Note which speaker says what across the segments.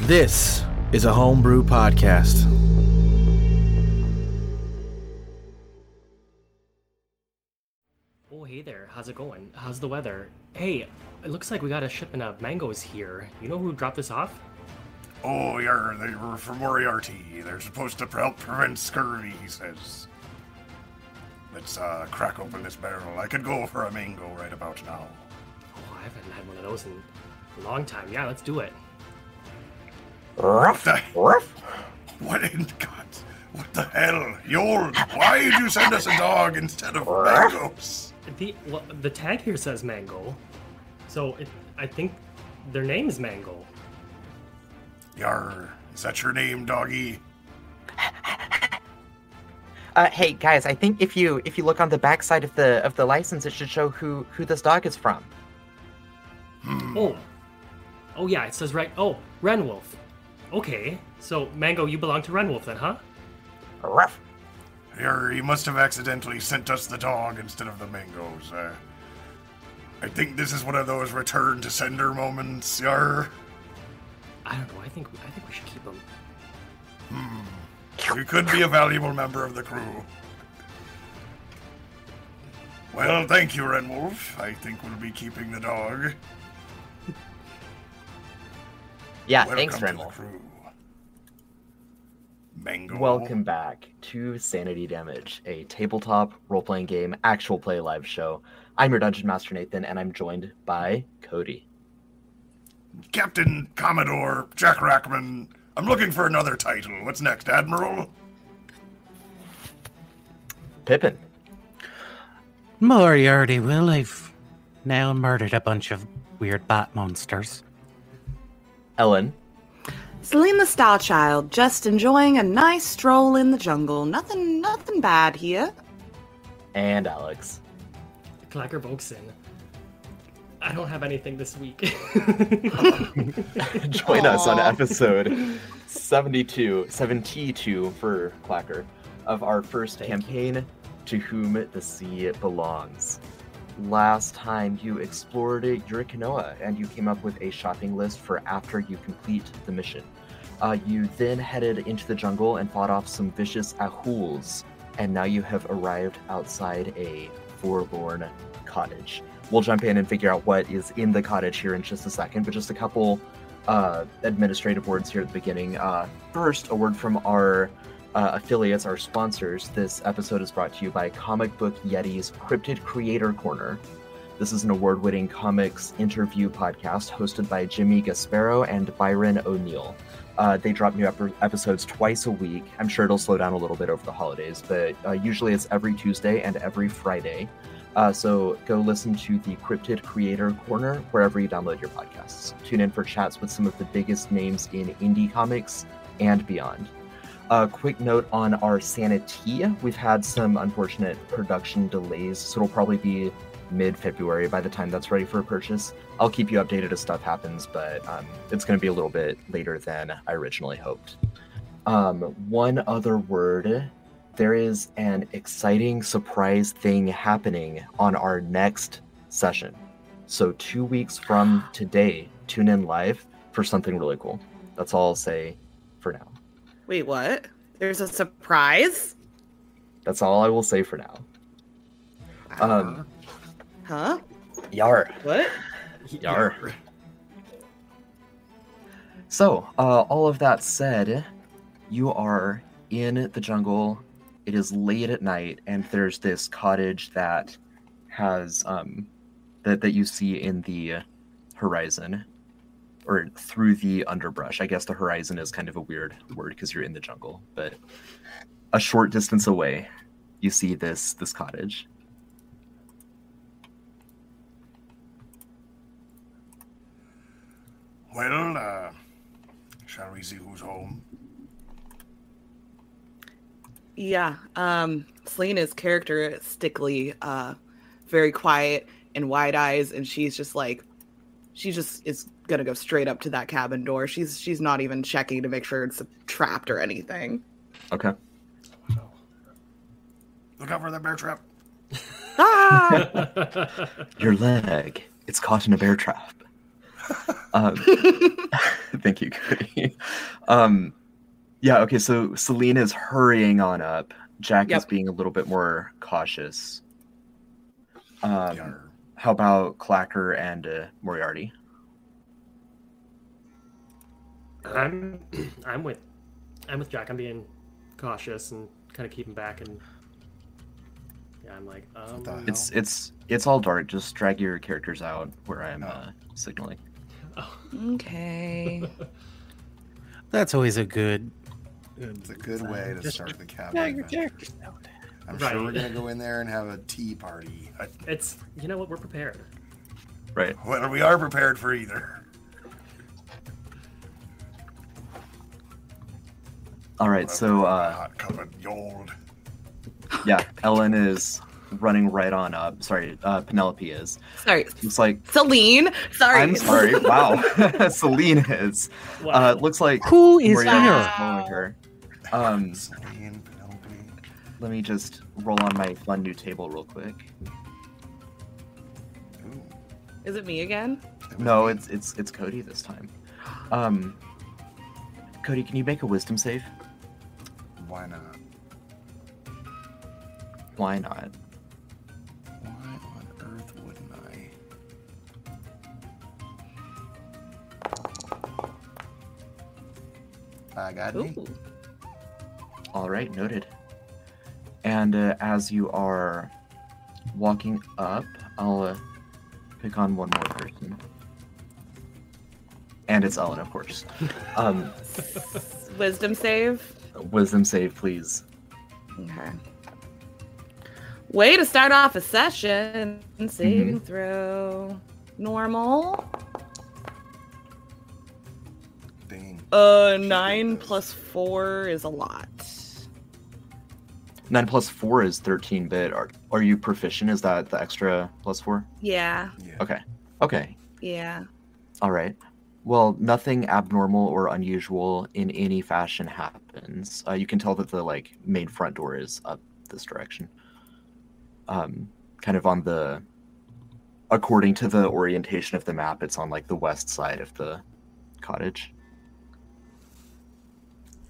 Speaker 1: This is a homebrew podcast.
Speaker 2: Oh, hey there. How's it going? How's the weather? Hey, it looks like we got a shipment of mangoes here. You know who dropped this off?
Speaker 3: Oh, yeah, they were from Moriarty. They're supposed to help prevent scurvy, he says. Let's uh, crack open this barrel. I could go for a mango right about now.
Speaker 2: Oh, I haven't had one of those in a long time. Yeah, let's do it.
Speaker 3: What the? What in God? What the hell? Yol, why did you send us a dog instead of mangoes?
Speaker 2: The well, the tag here says mango, so it, I think their name is Mango.
Speaker 3: Yar, is that your name, doggy?
Speaker 4: Uh, hey guys, I think if you if you look on the backside of the of the license, it should show who who this dog is from.
Speaker 2: Oh, oh yeah, it says right. Oh, Renwolf. Okay, so Mango, you belong to Renwolf then, huh?
Speaker 4: Ruff.
Speaker 3: Yar, you must have accidentally sent us the dog instead of the mangoes. Uh, I think this is one of those return to sender moments, Yar.
Speaker 2: I don't know. I think I think we should keep him.
Speaker 3: You could be a valuable member of the crew. Well, thank you, Renwolf. I think we'll be keeping the dog.
Speaker 4: Yeah,
Speaker 3: Welcome
Speaker 4: Ah, thanks,
Speaker 3: to the
Speaker 4: Renwolf.
Speaker 3: crew. Mango.
Speaker 4: Welcome back to Sanity Damage, a tabletop role playing game actual play live show. I'm your dungeon master Nathan, and I'm joined by Cody.
Speaker 3: Captain Commodore Jack Rackman. I'm looking for another title. What's next, Admiral?
Speaker 4: Pippin.
Speaker 5: Moriarty, well, I've now murdered a bunch of weird bat monsters.
Speaker 4: Ellen.
Speaker 6: Selena Starchild, just enjoying a nice stroll in the jungle. Nothing, nothing bad here.
Speaker 4: And Alex.
Speaker 2: Clacker Volkson. I don't have anything this week.
Speaker 4: Join us on
Speaker 6: Aw.
Speaker 4: episode 72, 72 for Clacker of our first campaign, To Whom the Sea Belongs. Last time you explored Yurikanoa and you came up with a shopping list for after you complete the mission. Uh, you then headed into the jungle and fought off some vicious ahuls, and now you have arrived outside a forlorn cottage. We'll jump in and figure out what is in the cottage here in just a second, but just a couple uh, administrative words here at the beginning. Uh, first, a word from our uh, affiliates, our sponsors. This episode is brought to you by Comic Book Yeti's Cryptid Creator Corner. This is an award winning comics interview podcast hosted by Jimmy Gasparo and Byron O'Neill. Uh, they drop new ep- episodes twice a week. I'm sure it'll slow down a little bit over the holidays, but uh, usually it's every Tuesday and every Friday. Uh, so go listen to the Cryptid Creator Corner wherever you download your podcasts. Tune in for chats with some of the biggest names in indie comics and beyond. A quick note on our sanity. We've had some unfortunate production delays, so it'll probably be mid February by the time that's ready for a purchase. I'll keep you updated as stuff happens, but um, it's going to be a little bit later than I originally hoped. Um, one other word there is an exciting surprise thing happening on our next session. So, two weeks from today, tune in live for something really cool. That's all I'll say for now.
Speaker 6: Wait, what? There's a surprise?
Speaker 4: That's all I will say for now. Um,
Speaker 6: Huh?
Speaker 4: yar.
Speaker 6: What?
Speaker 4: Yar. So, uh, all of that said, you are in the jungle. It is late at night, and there's this cottage that has um, that that you see in the horizon, or through the underbrush. I guess the horizon is kind of a weird word because you're in the jungle, but a short distance away, you see this this cottage.
Speaker 3: Well, uh, shall we see who's home?
Speaker 6: Yeah. Um, Selena's characteristically uh, very quiet and wide eyes, and she's just like, she just is gonna go straight up to that cabin door. She's she's not even checking to make sure it's trapped or anything.
Speaker 4: Okay.
Speaker 3: Look out for that bear trap.
Speaker 6: Ah!
Speaker 4: Your leg. It's caught in a bear trap. Um, thank you, Cody. Um, yeah. Okay. So Selene is hurrying on up. Jack is
Speaker 6: Yep.
Speaker 4: being a little bit more cautious. Um,
Speaker 3: Yar.
Speaker 4: How about Clacker and uh, Moriarty?
Speaker 2: I'm I'm with I'm with Jack. I'm being cautious and kind of keeping back and yeah, I'm like um
Speaker 3: the hell?
Speaker 4: It's it's it's all dark. Just drag your characters out where I'm
Speaker 3: Oh.
Speaker 4: uh, signaling.
Speaker 2: oh,
Speaker 6: Okay.
Speaker 5: That's always a good.
Speaker 3: It's a good way to
Speaker 5: Just
Speaker 3: start the
Speaker 5: Yeah,
Speaker 3: cabin.
Speaker 5: your
Speaker 3: adventure.
Speaker 5: characters out.
Speaker 3: I'm sure we're
Speaker 2: Right.
Speaker 3: gonna go in there and have a tea party. I,
Speaker 2: it's you know what we're prepared.
Speaker 4: Right.
Speaker 3: well, we are prepared for either.
Speaker 4: All right. So
Speaker 3: A
Speaker 4: uh,
Speaker 3: hot cup of yold.
Speaker 4: yeah, Ellen is running right on up. Sorry, uh, Penelope is.
Speaker 6: Sorry.
Speaker 4: It's like
Speaker 6: Celine. Sorry.
Speaker 4: I'm sorry. Wow, Celine is.
Speaker 2: Well,
Speaker 4: Uh, looks like
Speaker 5: Who is
Speaker 4: Moriarty
Speaker 5: here?
Speaker 4: is following her. Um,
Speaker 3: Celine, Penelope.
Speaker 4: let me just roll on my fun new table real quick.
Speaker 3: Ooh,
Speaker 6: Is it me again?
Speaker 3: that was
Speaker 4: No,
Speaker 3: me.
Speaker 4: it's it's it's Cody this time. Um, Cody, can you make a wisdom save?
Speaker 3: Why not?
Speaker 4: Why not?
Speaker 3: Why on earth wouldn't I? I got an eight.
Speaker 6: Ooh.
Speaker 4: All right, noted. And uh, as you are walking up, I'll uh, pick on one more person. And it's Ellen, of course. Um,
Speaker 6: Wisdom save.
Speaker 4: wisdom save, please.
Speaker 6: Okay. Way to start off a session. Saving throw. Normal.
Speaker 3: Dang.
Speaker 6: Uh, nine plus four is a lot.
Speaker 4: 9 plus 4 is 13 bit. Are, are you proficient? Is that the extra plus 4?
Speaker 6: Yeah.
Speaker 3: Yeah.
Speaker 4: Okay. Okay.
Speaker 6: Yeah.
Speaker 4: All right. Well, nothing abnormal or unusual in any fashion happens. Uh, you can tell that the like main front door is up this direction. Um, kind of on the, according to the orientation of the map, it's on like the west side of the cottage.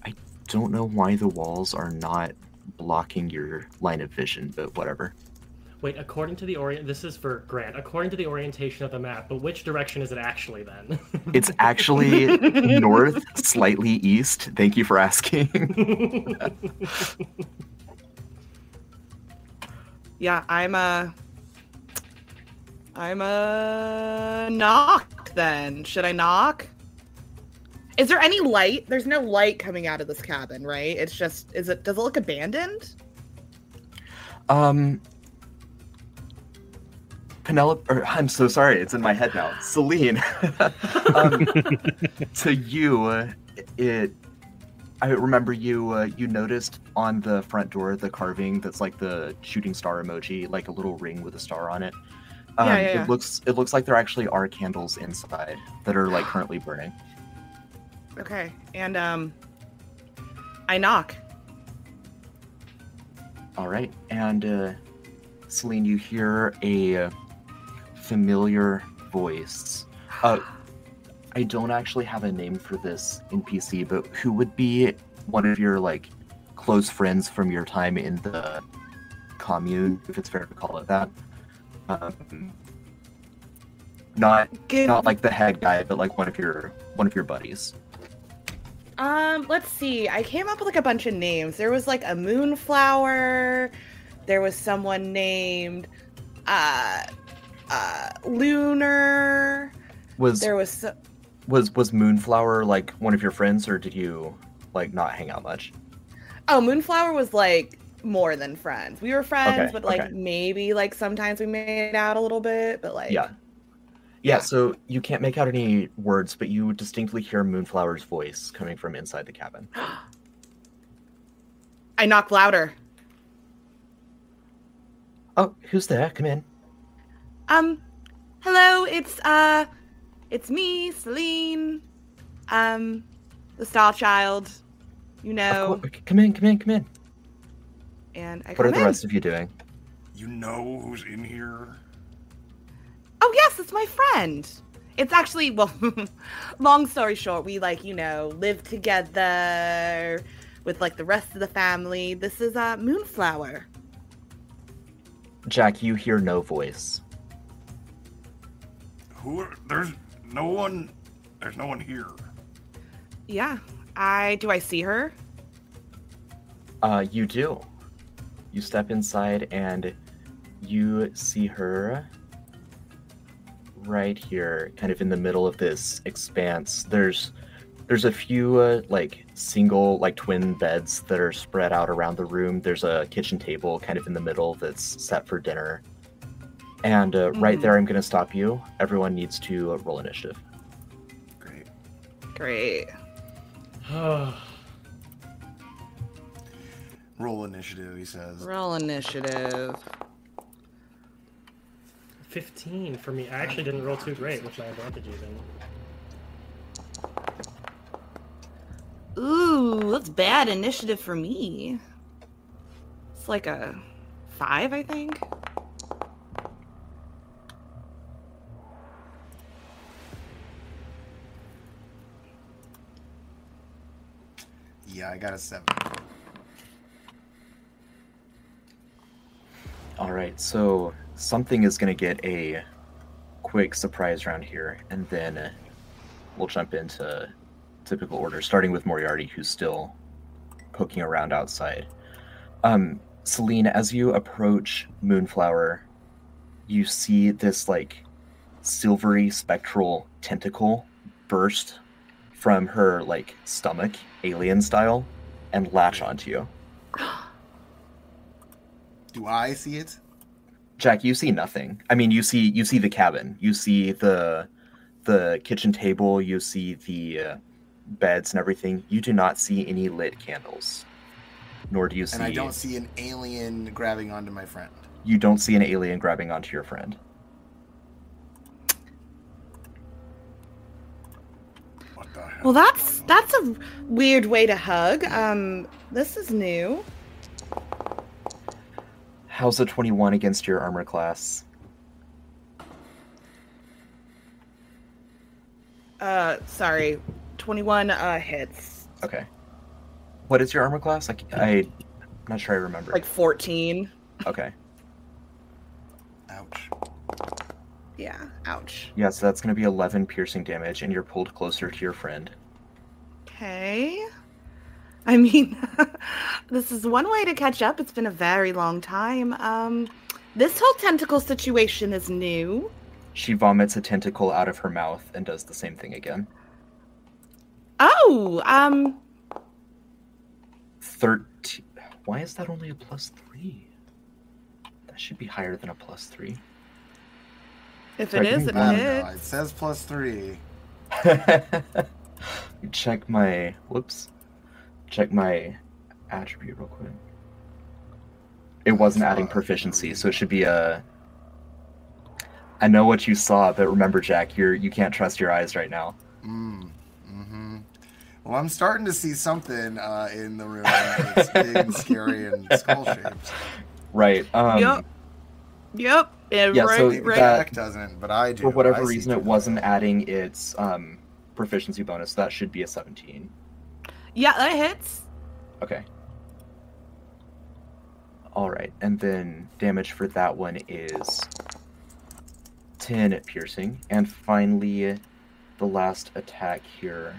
Speaker 4: I don't know why the walls are not blocking your line of vision, but whatever.
Speaker 2: wait, according to the orient this is for Grant. According to the orientation of the map, but which direction is it actually then?
Speaker 4: It's actually north, slightly east. Thank you for asking.
Speaker 6: Yeah. I'm a. I'm a knock. Then should I knock? Is there any light? There's no light coming out of this cabin, right? It's just. Is it? Does it look abandoned?
Speaker 4: Um, Penelope, or, I'm so sorry, it's in my head now. Celine, um, to you, uh, it. I remember you. Uh, you noticed on the front door the carving that's like the shooting star emoji, like a little ring with a star on it. Um,
Speaker 6: Yeah, yeah, yeah.
Speaker 4: It looks. It looks like there actually are candles inside that are like currently burning.
Speaker 6: Okay. And um. I knock.
Speaker 4: All right, and uh, Celine, you hear a uh, familiar voice. Uh, I don't actually have a name for this NPC, but who would be one of your like close friends from your time in the commune, if it's fair to call it that? Um, not
Speaker 6: Give
Speaker 4: not like the head guy, but like one of your one of your buddies.
Speaker 6: Um, let's see. I came up with like a bunch of names. There was like a moonflower. There was someone named uh uh Lunar.
Speaker 4: Was
Speaker 6: There was so-
Speaker 4: was was Moonflower like one of your friends, or did you like not hang out much?
Speaker 6: Oh, Moonflower was like more than friends. We were friends,
Speaker 4: Okay,
Speaker 6: but like
Speaker 4: okay.
Speaker 6: maybe like sometimes we made out a little bit, but like
Speaker 4: yeah yeah so you can't make out any words but you distinctly hear moonflower's voice coming from inside the cabin
Speaker 6: I knocked louder.
Speaker 4: oh who's there come in
Speaker 6: Um, hello, it's uh, it's me, Celine, um, the Star Child, you know,
Speaker 4: Of cour- come in come in come in
Speaker 6: and I
Speaker 4: what
Speaker 6: Oh. come
Speaker 4: are
Speaker 6: in.
Speaker 4: the rest of you doing
Speaker 3: You know who's in here?
Speaker 6: Oh yes, it's my friend. It's actually well, long story short, we like you know live together with like the rest of the family. This is uh, Moonflower.
Speaker 4: Jack, you hear no voice.
Speaker 3: Who are, there's no one there's no one here.
Speaker 6: Yeah, I do. I see her.
Speaker 4: Uh, you do. You step inside and you see her right here, kind of in the middle of this expanse. There's there's a few uh, like single like twin beds that are spread out around the room. There's a kitchen table kind of in the middle that's set for dinner. And uh, right
Speaker 6: Mhm.
Speaker 4: there, I'm going to stop you. Everyone needs to uh, roll initiative.
Speaker 3: Great.
Speaker 6: Great.
Speaker 3: Roll initiative, he says.
Speaker 6: Roll initiative.
Speaker 2: 15 for me. I actually didn't roll too great with my advantage even.
Speaker 6: Ooh, that's bad initiative for me. It's like a five, I think.
Speaker 3: Yeah, I got a seven.
Speaker 4: All right, so something is going to get a quick surprise round here, and then we'll jump into typical order, starting with Moriarty, who's still poking around outside. Um, Celine, as you approach Moonflower, you see this like silvery spectral tentacle burst from her like stomach, alien style, and latch onto you.
Speaker 7: Do I see it?
Speaker 4: Jack, you see nothing. I mean, you see you see the cabin, you see the the kitchen table, you see the uh, beds and everything. You do not see any lit candles, nor do you see.
Speaker 7: And I don't see an alien grabbing onto my friend.
Speaker 4: You don't see an alien grabbing onto your friend.
Speaker 3: What the hell?
Speaker 6: Well, that's
Speaker 3: Oh, no.
Speaker 6: that's a weird way to hug. Um, this is new.
Speaker 4: How's a twenty-one against your armor class?
Speaker 6: Uh, sorry, twenty-one uh hits.
Speaker 4: Okay. What is your armor class? Like I, I'm not sure I remember.
Speaker 6: Like fourteen.
Speaker 4: okay.
Speaker 7: Ouch.
Speaker 6: Yeah. Ouch.
Speaker 4: Yeah, so that's going to be eleven piercing damage, and you're pulled closer to your friend.
Speaker 6: Okay. I mean, this is one way to catch up. It's been a very long time. Um, this whole tentacle situation is new.
Speaker 4: She vomits a tentacle out of her mouth and does the same thing again.
Speaker 6: Oh, um,
Speaker 4: 13. Why is that only a plus three? That should be higher than a plus three.
Speaker 6: if
Speaker 4: Right,
Speaker 6: it is,
Speaker 4: you
Speaker 6: it
Speaker 7: I don't know.
Speaker 6: is.
Speaker 7: It says plus three.
Speaker 4: Check my. Whoops. Check my attribute real quick. It wasn't adding proficiency, so it should be a. I know what you saw, but remember, Jack, you're you can't trust your eyes right now.
Speaker 7: Mm. hmm Well, I'm starting to see something uh, in the room. It's big and scary and skull shaped.
Speaker 4: Right. Um,
Speaker 6: Yup. Yep. Yeah,
Speaker 4: Yeah,
Speaker 6: right,
Speaker 4: so
Speaker 6: right.
Speaker 4: that-
Speaker 7: Jack doesn't, but I do.
Speaker 4: For whatever
Speaker 7: I see
Speaker 4: reason, it
Speaker 7: things.
Speaker 4: wasn't adding its um, proficiency bonus. So that should be a seventeen.
Speaker 6: yeah, that hits.
Speaker 4: Okay. All right, and then damage for that one is 10 piercing. And finally, the last attack here.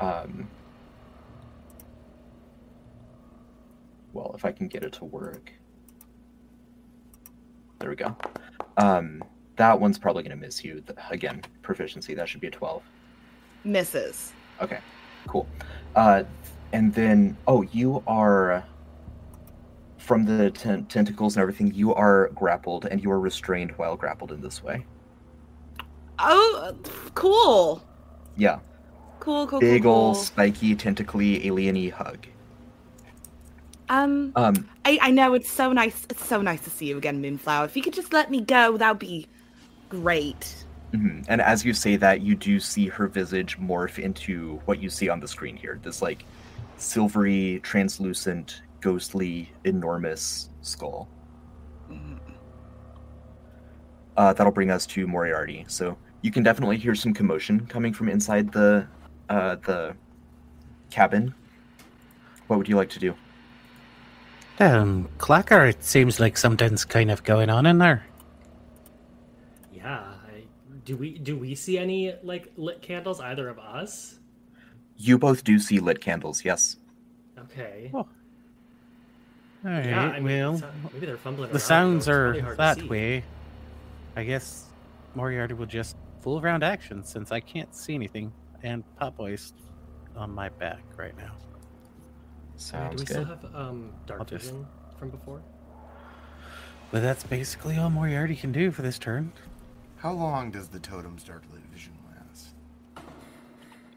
Speaker 4: Um, well, if I can get it to work. There we go. Um, that one's probably going to miss you. Th- Again, proficiency, that should be a 12.
Speaker 6: Misses.
Speaker 4: Okay, cool. Uh, and then, oh, you are from the ten- tentacles and everything. You are grappled, and you are restrained while grappled in this way.
Speaker 6: Oh, cool.
Speaker 4: Yeah,
Speaker 6: Cool, cool,
Speaker 4: big
Speaker 6: cool,
Speaker 4: ol'
Speaker 6: cool.
Speaker 4: spiky, tentacly, alieny hug.
Speaker 6: Um,
Speaker 4: Um,
Speaker 6: I, I know it's so nice. It's so nice to see you again, Moonflower. If you could just let me go, that would be great.
Speaker 4: mhm. and as you say that, you do see her visage morph into what you see on the screen here. This like silvery, translucent, ghostly, enormous skull. Uh, that'll bring us to Moriarty. So you can definitely hear some commotion coming from inside the uh, the cabin. What would you like to do?
Speaker 5: Um, Clacker, it seems like something's kind of going on in there.
Speaker 2: Yeah. I, do we do we see any like lit candles either of us?
Speaker 4: You both do see lit candles, yes.
Speaker 2: Okay.
Speaker 5: All right.
Speaker 2: yeah. I mean,
Speaker 5: well,
Speaker 2: so- maybe they're fumbling.
Speaker 5: the
Speaker 2: around,
Speaker 5: sounds
Speaker 2: though. It's probably hard to
Speaker 5: are that
Speaker 2: see.
Speaker 5: way. I guess Moriarty will just full round action since I can't see anything, and Popeye's on my back right now.
Speaker 2: Do
Speaker 4: Sounds
Speaker 2: we still
Speaker 4: good.
Speaker 2: have um
Speaker 5: I'll
Speaker 2: dark
Speaker 5: just-
Speaker 2: vision from before?
Speaker 5: But that's basically all Moriarty can do for this turn.
Speaker 3: How long does the totem's dark light vision last?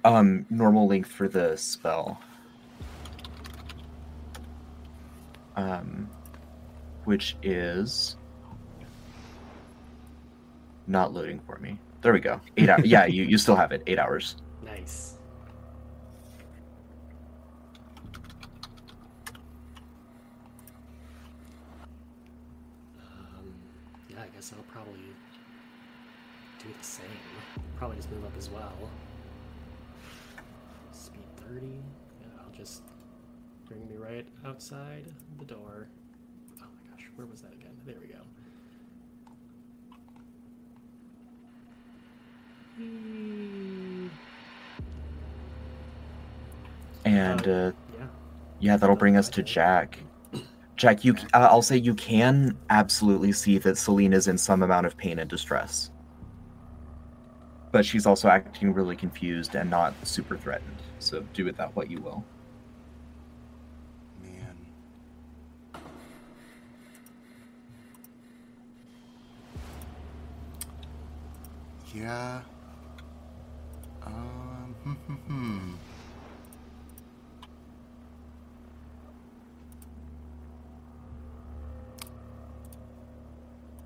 Speaker 4: Um, normal length for the spell. Um, which is not loading for me. There we go. Eight hours. yeah, you, you still have it. Eight hours.
Speaker 2: Nice. Um, yeah, I guess I'll probably do the same. Probably just move up as well. Speed 30. Yeah, I'll just bring me right outside the door. Oh my gosh, where was that again? There we go.
Speaker 4: Mm. And uh,
Speaker 2: Yeah.
Speaker 4: yeah, that'll bring us to Jack. Jack, you c- uh, I'll say you can absolutely see that Selena's in some amount of pain and distress. But she's also acting really confused and not super threatened. So do with that what you will.
Speaker 3: Man. Yeah. Um. hmm, hmm, hmm.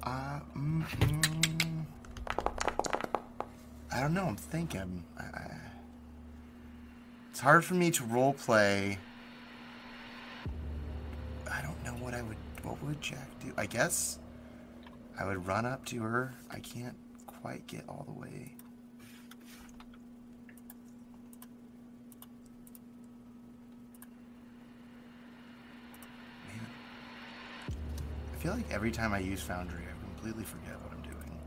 Speaker 3: Uh, mm, mm. I don't know. I'm thinking. I, I, it's hard for me to role play. I don't know what I would. What would Jack do? I guess I would run up to her. I can't quite get all the way. Man, I feel like every time I use Foundry, I completely forget what I'm doing.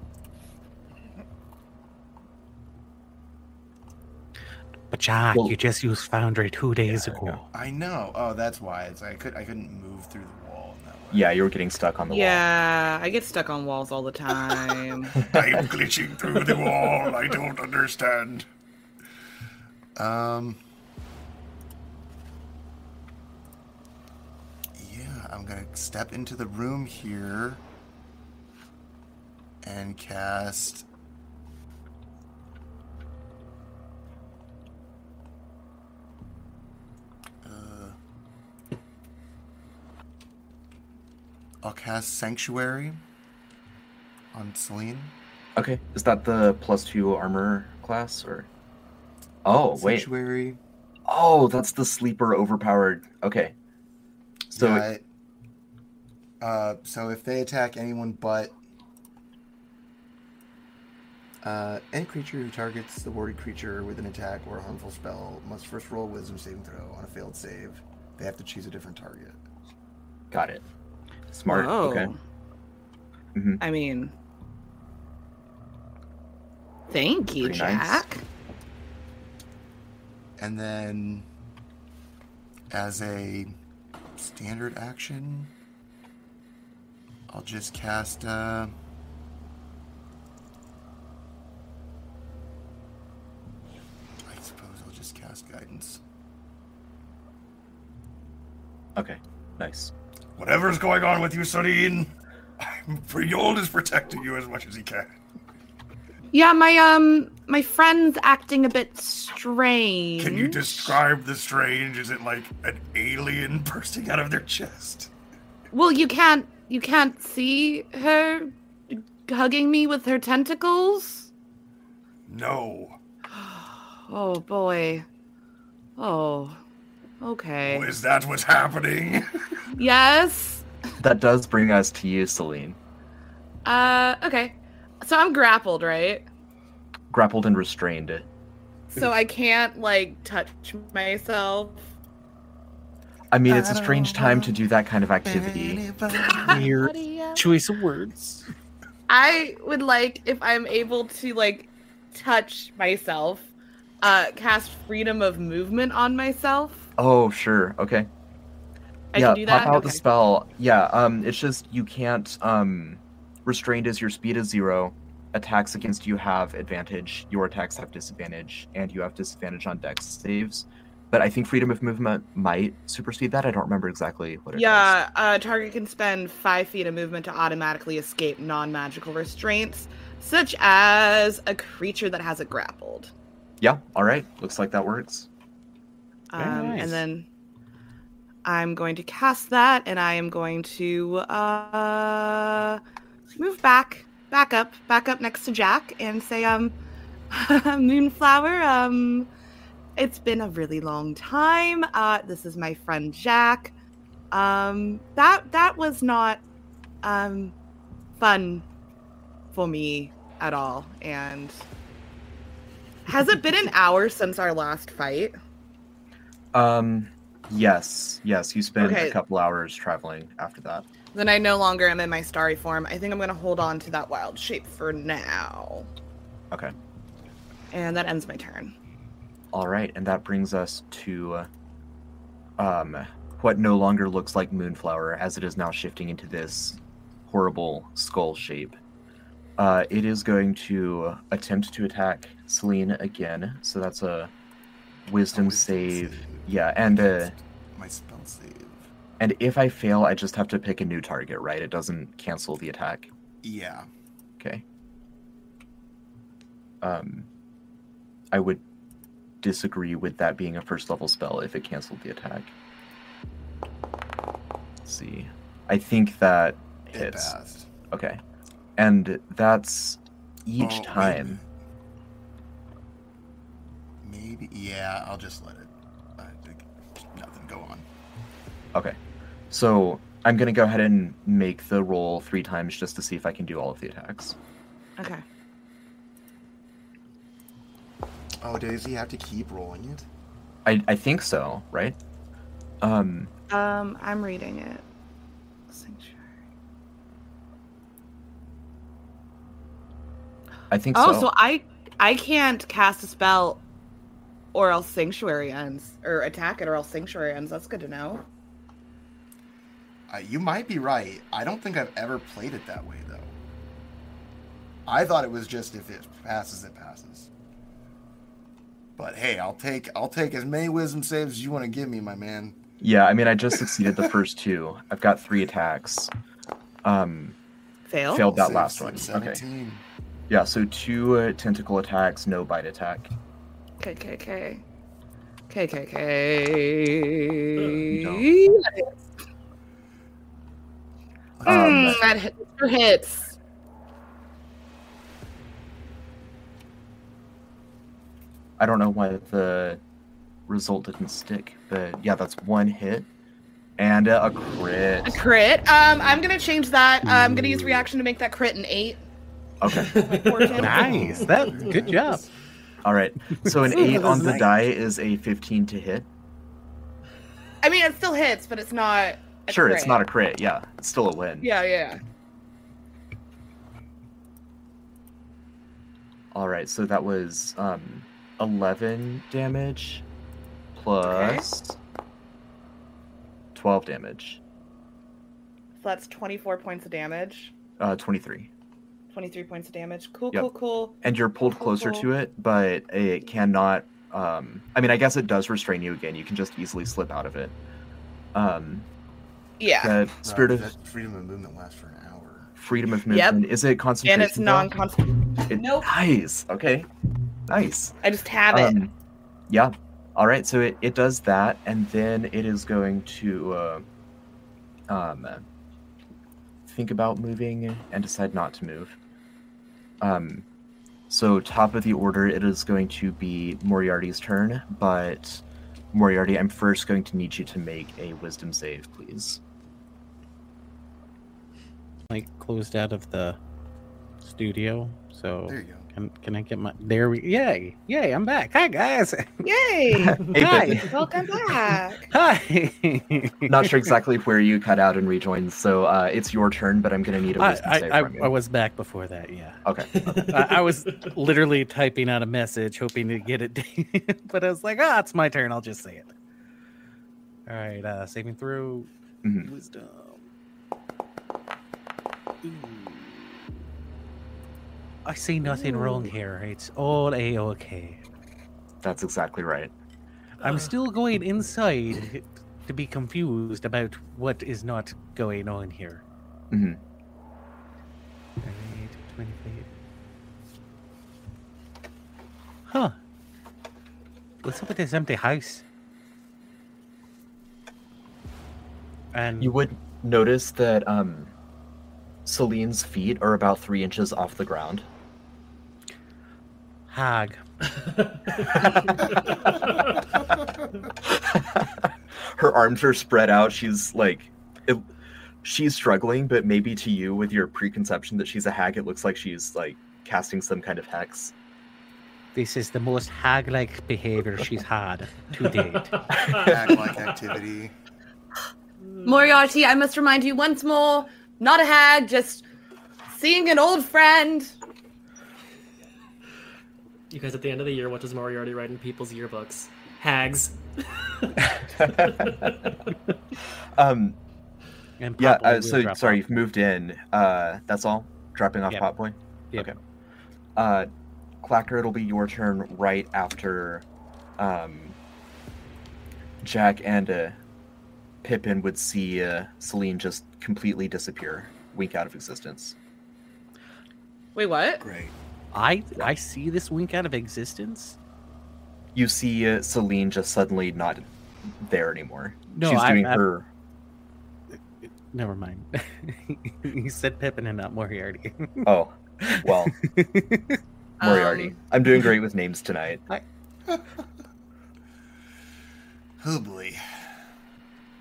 Speaker 5: But Jack,
Speaker 4: Well-
Speaker 5: you just used Foundry two days
Speaker 4: Yeah, I
Speaker 5: ago.
Speaker 4: know.
Speaker 3: I know. Oh, that's why. It's I could I couldn't move through the wall in that way.
Speaker 4: Yeah, you were getting stuck on the
Speaker 6: Yeah, I get stuck on walls all the time.
Speaker 8: I'm glitching through the wall. I don't understand.
Speaker 3: Um. Yeah, I'm gonna step into the room here and cast. Uh, I'll cast Sanctuary on Celine.
Speaker 4: wall. Okay. Is that the plus two armor class or Oh wait.
Speaker 3: Sanctuary.
Speaker 4: Oh, that's the sleeper overpowered. Okay. So
Speaker 3: yeah, it- uh, so if they attack anyone but uh, any creature who targets the warded creature with an attack or a harmful spell must first roll a Wisdom saving throw. On a failed save, they have to choose a different target.
Speaker 4: got it. Smart.
Speaker 6: Whoa.
Speaker 4: Okay. Mhm.
Speaker 6: Oh. I mean, thank you,
Speaker 4: Pretty nice.
Speaker 6: Jack.
Speaker 3: And then, as a standard action, I'll just cast. Uh, I suppose I'll just cast guidance.
Speaker 4: Okay. Nice.
Speaker 8: Whatever's going on with you, Serene, I'm Freyold is protecting you as much as he can.
Speaker 6: Yeah, my um, my friend's acting a bit strange.
Speaker 8: Can you describe the strange? Is it like an alien bursting out of their chest?
Speaker 6: Well, you can't you can't see her hugging me with her tentacles.
Speaker 8: No.
Speaker 6: Oh boy. Oh. Okay.
Speaker 8: Is that what's happening?
Speaker 6: Yes.
Speaker 4: That does bring us to you, Celine.
Speaker 6: Uh, okay. So I'm grappled, right?
Speaker 4: Grappled and restrained.
Speaker 6: So I can't like touch myself.
Speaker 4: I mean, it's a strange time to do that kind of activity.
Speaker 5: Your choice of words.
Speaker 6: I would like if I'm able to like touch myself, uh cast freedom of movement on myself.
Speaker 4: Oh, sure. Okay.
Speaker 6: I
Speaker 4: yeah,
Speaker 6: can do that.
Speaker 4: pop out the
Speaker 6: Okay.
Speaker 4: spell. Yeah, um, it's just you can't. Um, restrained is your speed is zero. Attacks against you have advantage. Your attacks have disadvantage, and you have disadvantage on dex saves. But I think freedom of movement might supersede that. I don't remember exactly what it does.
Speaker 6: Yeah, uh, target can spend five feet of movement to automatically escape non magical restraints, such as a creature that has it grappled.
Speaker 4: Yeah. All right. Looks like that works.
Speaker 5: Very
Speaker 6: Um,
Speaker 5: nice.
Speaker 6: And then I'm going to cast that, and I am going to uh, move back, back up, back up next to Jack, and say, um, Moonflower, um, it's been a really long time. Uh, this is my friend Jack. Um, that that was not um, fun for me at all, and. Has it been an hour since our last fight?
Speaker 4: Um, yes, yes. You spend
Speaker 6: Okay.
Speaker 4: a couple hours traveling after that.
Speaker 6: Then I no longer am in my starry form. I think I'm going to hold on to that wild shape for now.
Speaker 4: Okay.
Speaker 6: And that ends my turn.
Speaker 4: All right, and that brings us to um, what no longer looks like Moonflower, as it is now shifting into this horrible skull shape. Uh, it is going to attempt to attack Celine again, so that's a wisdom,
Speaker 7: wisdom
Speaker 4: save.
Speaker 7: save.
Speaker 4: Yeah, and uh,
Speaker 7: My spell save.
Speaker 4: and if I fail, I just have to pick a new target, right? It doesn't cancel the attack.
Speaker 7: Yeah.
Speaker 4: Okay. Um, I would disagree with that being a first level spell if it canceled the attack. Let's see. I think that
Speaker 7: It
Speaker 4: hits.
Speaker 7: passed.
Speaker 4: Okay. And that's each
Speaker 7: Oh, wait a
Speaker 4: time.
Speaker 7: minute. Maybe. Yeah, I'll just let it. I think nothing. Go on.
Speaker 4: Okay. So I'm going to go ahead and make the roll three times just to see if I can do all of the attacks.
Speaker 6: Okay.
Speaker 7: Oh, does he have to keep rolling it?
Speaker 4: I, I think so, right? Um,
Speaker 6: Um, I'm reading it. Sanctuary.
Speaker 4: I think
Speaker 6: Oh,
Speaker 4: so.
Speaker 6: so, I I can't cast a spell or else sanctuary ends or attack it or else sanctuary ends. That's good to know.
Speaker 7: Uh, you might be right. I don't think I've ever played it that way though. I thought it was just if it passes, it passes. But hey, I'll take I'll take as many wisdom saves as you want to give me, my man.
Speaker 4: Yeah, I mean, I just succeeded the first two. I've got three attacks. Um,
Speaker 6: Fail.
Speaker 4: failed that
Speaker 7: Save
Speaker 4: last
Speaker 7: save
Speaker 4: one. Okay.
Speaker 7: 17.
Speaker 4: Yeah, so two uh, tentacle attacks, no bite attack.
Speaker 6: KKK. KKK.
Speaker 4: Uh, No. Um,
Speaker 6: Mm, that hit, sure hits.
Speaker 4: I don't know why the result didn't stick, but yeah, that's one hit and uh, a crit.
Speaker 6: A crit. Um, I'm gonna change that. Uh, I'm gonna use reaction to make that crit an eight.
Speaker 4: Okay,
Speaker 6: My poor kid.
Speaker 5: Nice. That good job.
Speaker 4: all right. So an
Speaker 5: Ooh,
Speaker 4: eight
Speaker 5: this
Speaker 4: on
Speaker 5: is
Speaker 4: the
Speaker 5: nice.
Speaker 4: die is a fifteen to hit.
Speaker 6: I mean, it still hits, but it's not. A
Speaker 4: Sure,
Speaker 6: crit.
Speaker 4: it's not a crit. Yeah, it's still a win.
Speaker 6: Yeah, yeah.
Speaker 4: All right, so that was um, eleven damage plus twelve damage.
Speaker 6: So that's 24 points of damage.
Speaker 4: Uh, twenty-three,
Speaker 6: 23 points of damage. Cool,
Speaker 4: Yep.
Speaker 6: cool, cool.
Speaker 4: and you're pulled closer to it, but it cannot. Um, I mean, I guess it does restrain you again. You can just easily slip out of it. Um,
Speaker 6: Yeah.
Speaker 4: the spirit
Speaker 7: Rob,
Speaker 4: of
Speaker 7: that freedom of movement lasts for an hour.
Speaker 4: freedom of
Speaker 6: Yep.
Speaker 4: movement is it concentration?
Speaker 6: and it's non constant.
Speaker 4: non.
Speaker 6: Nope.
Speaker 4: Nice. Okay. Nice.
Speaker 6: I just have it.
Speaker 4: Um, yeah. All right. So it, it does that, and then it is going to uh, um, think about moving and decide not to move. Um, so top of the order, it is going to be Moriarty's turn, but Moriarty, I'm first going to need you to make a Wisdom save, please.
Speaker 5: Like closed out of the studio. So
Speaker 7: There you go.
Speaker 5: can can I get my there we yay yay I'm back. Hi guys.
Speaker 6: Yay!
Speaker 4: Hey,
Speaker 5: Hi.
Speaker 4: Ben.
Speaker 6: Welcome back.
Speaker 5: Hi.
Speaker 4: Not sure exactly where you cut out and rejoined, so uh, it's your turn, but I'm going to need a
Speaker 5: I,
Speaker 4: wisdom
Speaker 5: I,
Speaker 4: save
Speaker 5: I,
Speaker 4: from you.
Speaker 5: I was back before that, yeah.
Speaker 4: Okay.
Speaker 5: I, I was literally typing out a message hoping to get it, but I was like, ah, it's my turn. I'll just say it. All right, uh, saving throw,
Speaker 4: Mhm.
Speaker 5: wisdom. Ooh. I see nothing wrong here. It's all a okay.
Speaker 4: That's exactly right.
Speaker 5: I'm still going inside to be confused about what is not going on here.
Speaker 4: Mhm.
Speaker 5: Alright, 20 feet. Huh. What's up with this empty house? And
Speaker 4: You would notice that um, Celine's feet are about three inches off the ground.
Speaker 5: hag.
Speaker 4: Her arms are spread out. She's like, it, she's struggling, but maybe to you, with your preconception that she's a hag, it looks like she's like casting some kind of hex.
Speaker 5: This is the most hag like behavior she's had to date.
Speaker 7: Act like activity.
Speaker 6: Moriarty, I must remind you once more, not a hag, just seeing an old friend.
Speaker 2: You guys, at the end of the year, what does Moriarty write in people's yearbooks? Hags.
Speaker 4: um,
Speaker 5: And
Speaker 4: yeah.
Speaker 5: Pop Boy
Speaker 4: Uh,
Speaker 5: will
Speaker 4: so
Speaker 5: drop
Speaker 4: sorry,
Speaker 5: off.
Speaker 4: you've moved in. Uh, that's all. Dropping off
Speaker 5: Yep.
Speaker 4: Pop Boy.
Speaker 5: Yep.
Speaker 4: Okay. Uh, Clacker, it'll be your turn right after um, Jack and uh, Pippin would see uh, Celine just completely disappear, wink out of existence.
Speaker 6: Wait, what?
Speaker 7: Great.
Speaker 5: I I see this wink out of existence.
Speaker 4: You see uh, Celine just suddenly not there anymore.
Speaker 5: No,
Speaker 4: She's
Speaker 5: I-
Speaker 4: doing
Speaker 5: I-
Speaker 4: her.
Speaker 5: Never mind. you said Pippin and not Moriarty.
Speaker 4: Oh, well, Moriarty.
Speaker 6: Um,
Speaker 4: I'm doing great with names tonight.
Speaker 7: Oh boy.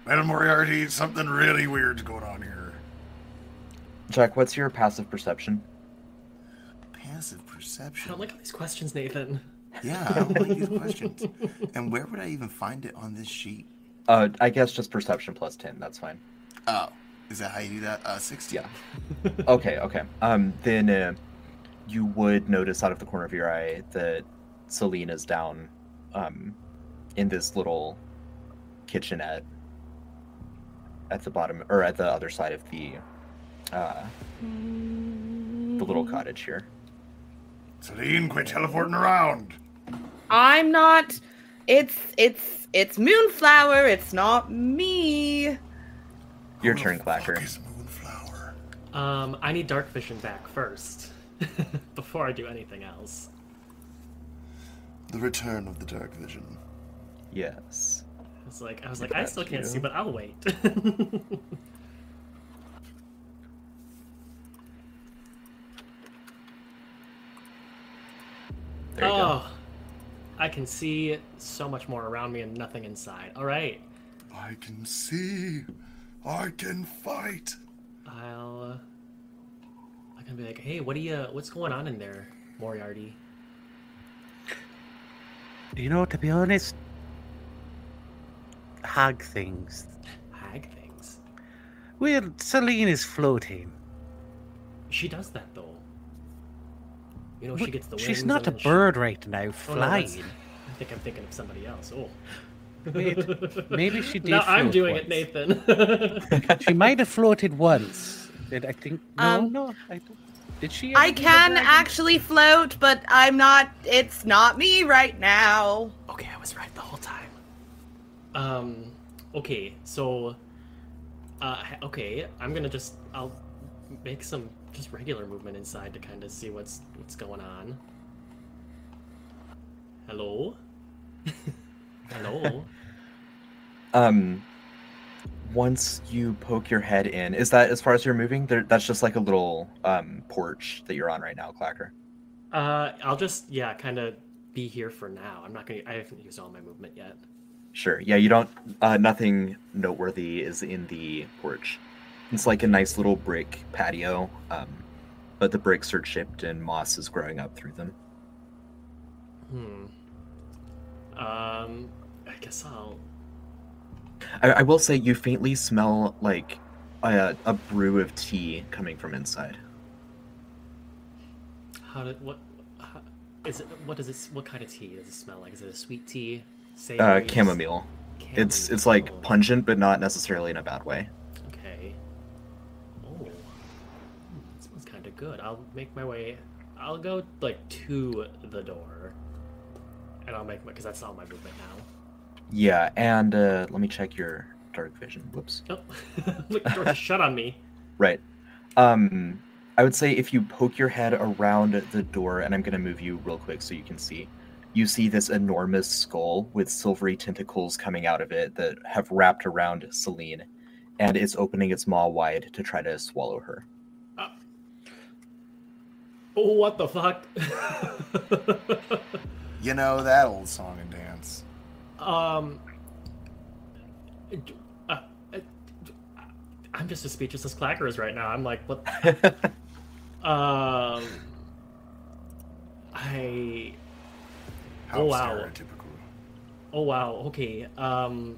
Speaker 3: Well, Moriarty, something really weird's going on here.
Speaker 4: Jack, what's your passive perception?
Speaker 7: Passive
Speaker 2: I
Speaker 7: perception.
Speaker 2: don't like all these questions, Nathan.
Speaker 7: yeah, I don't like these questions. And where would I even find it on this sheet?
Speaker 4: Uh, I guess just perception plus 10. That's fine.
Speaker 7: Oh, is that how you do that? Uh, 16.
Speaker 4: Yeah. okay, okay. Um, then uh, you would notice out of the corner of your eye that Celine is down um, in this little kitchenette at the bottom or at the other side of the uh, the little cottage here.
Speaker 3: Celine, quit teleporting around.
Speaker 6: I'm not. It's it's it's Moonflower. It's not me.
Speaker 3: Who
Speaker 4: Your
Speaker 3: the
Speaker 4: turn, Clacker.
Speaker 3: Fuck is Moonflower?
Speaker 2: Um, I need dark vision back first before I do anything else.
Speaker 7: The return of the dark vision.
Speaker 4: Yes.
Speaker 2: I was like, I was like, I still can't
Speaker 4: you.
Speaker 2: see, but I'll wait.
Speaker 4: There you
Speaker 2: Oh.
Speaker 4: go.
Speaker 2: I can see so much more around me and nothing inside. All right,
Speaker 3: I can see. I can fight.
Speaker 2: I'll. I can be like, hey, what do you? What's going on in there, Moriarty?
Speaker 5: You know, to be honest, hag things.
Speaker 2: Hag things.
Speaker 5: Well, Celine is floating.
Speaker 2: She does that though. You know, Oh, she
Speaker 5: But
Speaker 2: gets the wings.
Speaker 5: She's not a
Speaker 2: and then she-
Speaker 5: bird right now,
Speaker 2: Oh, no, that's-
Speaker 5: flying.
Speaker 2: I think I'm thinking of somebody else. Oh.
Speaker 5: Wait, maybe she did
Speaker 2: No, I'm
Speaker 5: float
Speaker 2: doing
Speaker 5: once.
Speaker 2: it, Nathan.
Speaker 5: she might have floated once. Did I think? No,
Speaker 6: Um,
Speaker 5: no. I don't. Did she?
Speaker 6: I
Speaker 5: ever be a
Speaker 6: can
Speaker 5: dragon?
Speaker 6: actually float, but I'm not. It's not me right now.
Speaker 2: Okay, I was right the whole time. Um, okay, so, uh, h- okay, I'm gonna just I'll make some just regular movement inside to kind of see what's what's going on. Hello. Hello.
Speaker 4: Um, once you poke your head in, is that as far as you're moving? There, that's just like a little um, porch that you're on right now, Clacker.
Speaker 2: uh, I'll just yeah, kind of be here for now. I'm not gonna. I haven't used all my movement yet.
Speaker 4: Sure. Yeah, you don't. Uh, nothing noteworthy is in the porch. It's like a nice little brick patio. Um, but the bricks are chipped and moss is growing up through them.
Speaker 2: Hmm. Um, I guess I'll.
Speaker 4: I, I will say you faintly smell like a, a brew of tea coming from inside.
Speaker 2: How did what? How, is it? What does it? What kind of tea does it smell like? Is it a sweet tea? Say
Speaker 4: Uh, chamomile. It's it's like pungent, but not necessarily in a bad way.
Speaker 2: Okay. Oh, Hmm, that smells kind of good. I'll make my way. I'll go like to the door, and I'll make my because that's all my movement now.
Speaker 4: Yeah, and uh, let me check your dark vision. Whoops.
Speaker 2: Oh, look, the door just shut on me.
Speaker 4: Right. Um, I would say if you poke your head around the door, and I'm going to move you real quick so you can see, you see this enormous skull with silvery tentacles coming out of it that have wrapped around Celine, and it's opening its maw wide to try to swallow her.
Speaker 2: Oh, what the fuck?
Speaker 7: You know that old song and dance.
Speaker 2: um. d- uh, uh, d- uh, I'm just as speechless as Clacker is right now. I'm like, what? Um, I.
Speaker 7: How
Speaker 2: Oh, wow.
Speaker 7: stereotypical.
Speaker 2: Oh wow. Okay. Um.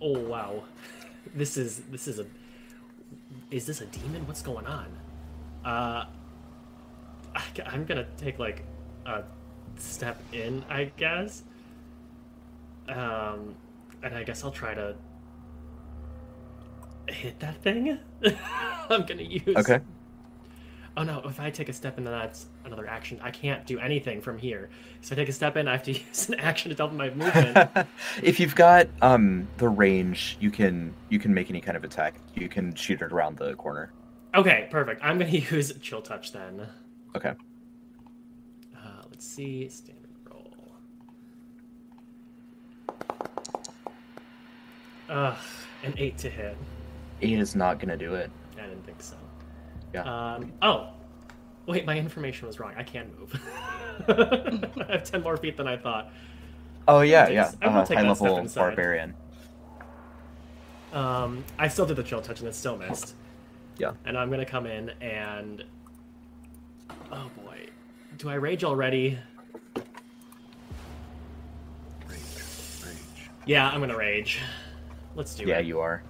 Speaker 2: Oh wow. This is this is a. Is this a demon? What's going on? Uh. I, g- I'm gonna take like a step in, I guess. Um, and I guess I'll try to hit that thing. I'm gonna use.
Speaker 4: Okay.
Speaker 2: Oh no, if I take a step in, then that's another action. I can't do anything from here. So I take a step in, I have to use an action to double my movement.
Speaker 4: if you've got um the range, you can you can make any kind of attack. You can shoot it around the corner.
Speaker 2: okay, perfect. I'm gonna use chill touch then.
Speaker 4: Okay.
Speaker 2: Uh, let's see, standard roll. Ugh, an eight to hit.
Speaker 4: Eight is not gonna do it.
Speaker 2: I didn't think so.
Speaker 4: Yeah.
Speaker 2: Um, oh, wait, my information was wrong. I can move. I have ten more feet than I thought.
Speaker 4: oh yeah,
Speaker 2: take
Speaker 4: yeah.
Speaker 2: this- I will
Speaker 4: Uh,
Speaker 2: take
Speaker 4: high
Speaker 2: that step
Speaker 4: level
Speaker 2: inside.
Speaker 4: barbarian.
Speaker 2: Um, I still did the chill touch and it still missed.
Speaker 4: Yeah.
Speaker 2: And I'm gonna come in and. Oh boy, do I rage already?
Speaker 7: Rage, rage.
Speaker 2: Yeah, I'm gonna rage. Let's do
Speaker 4: Yeah,
Speaker 2: it.
Speaker 4: you are.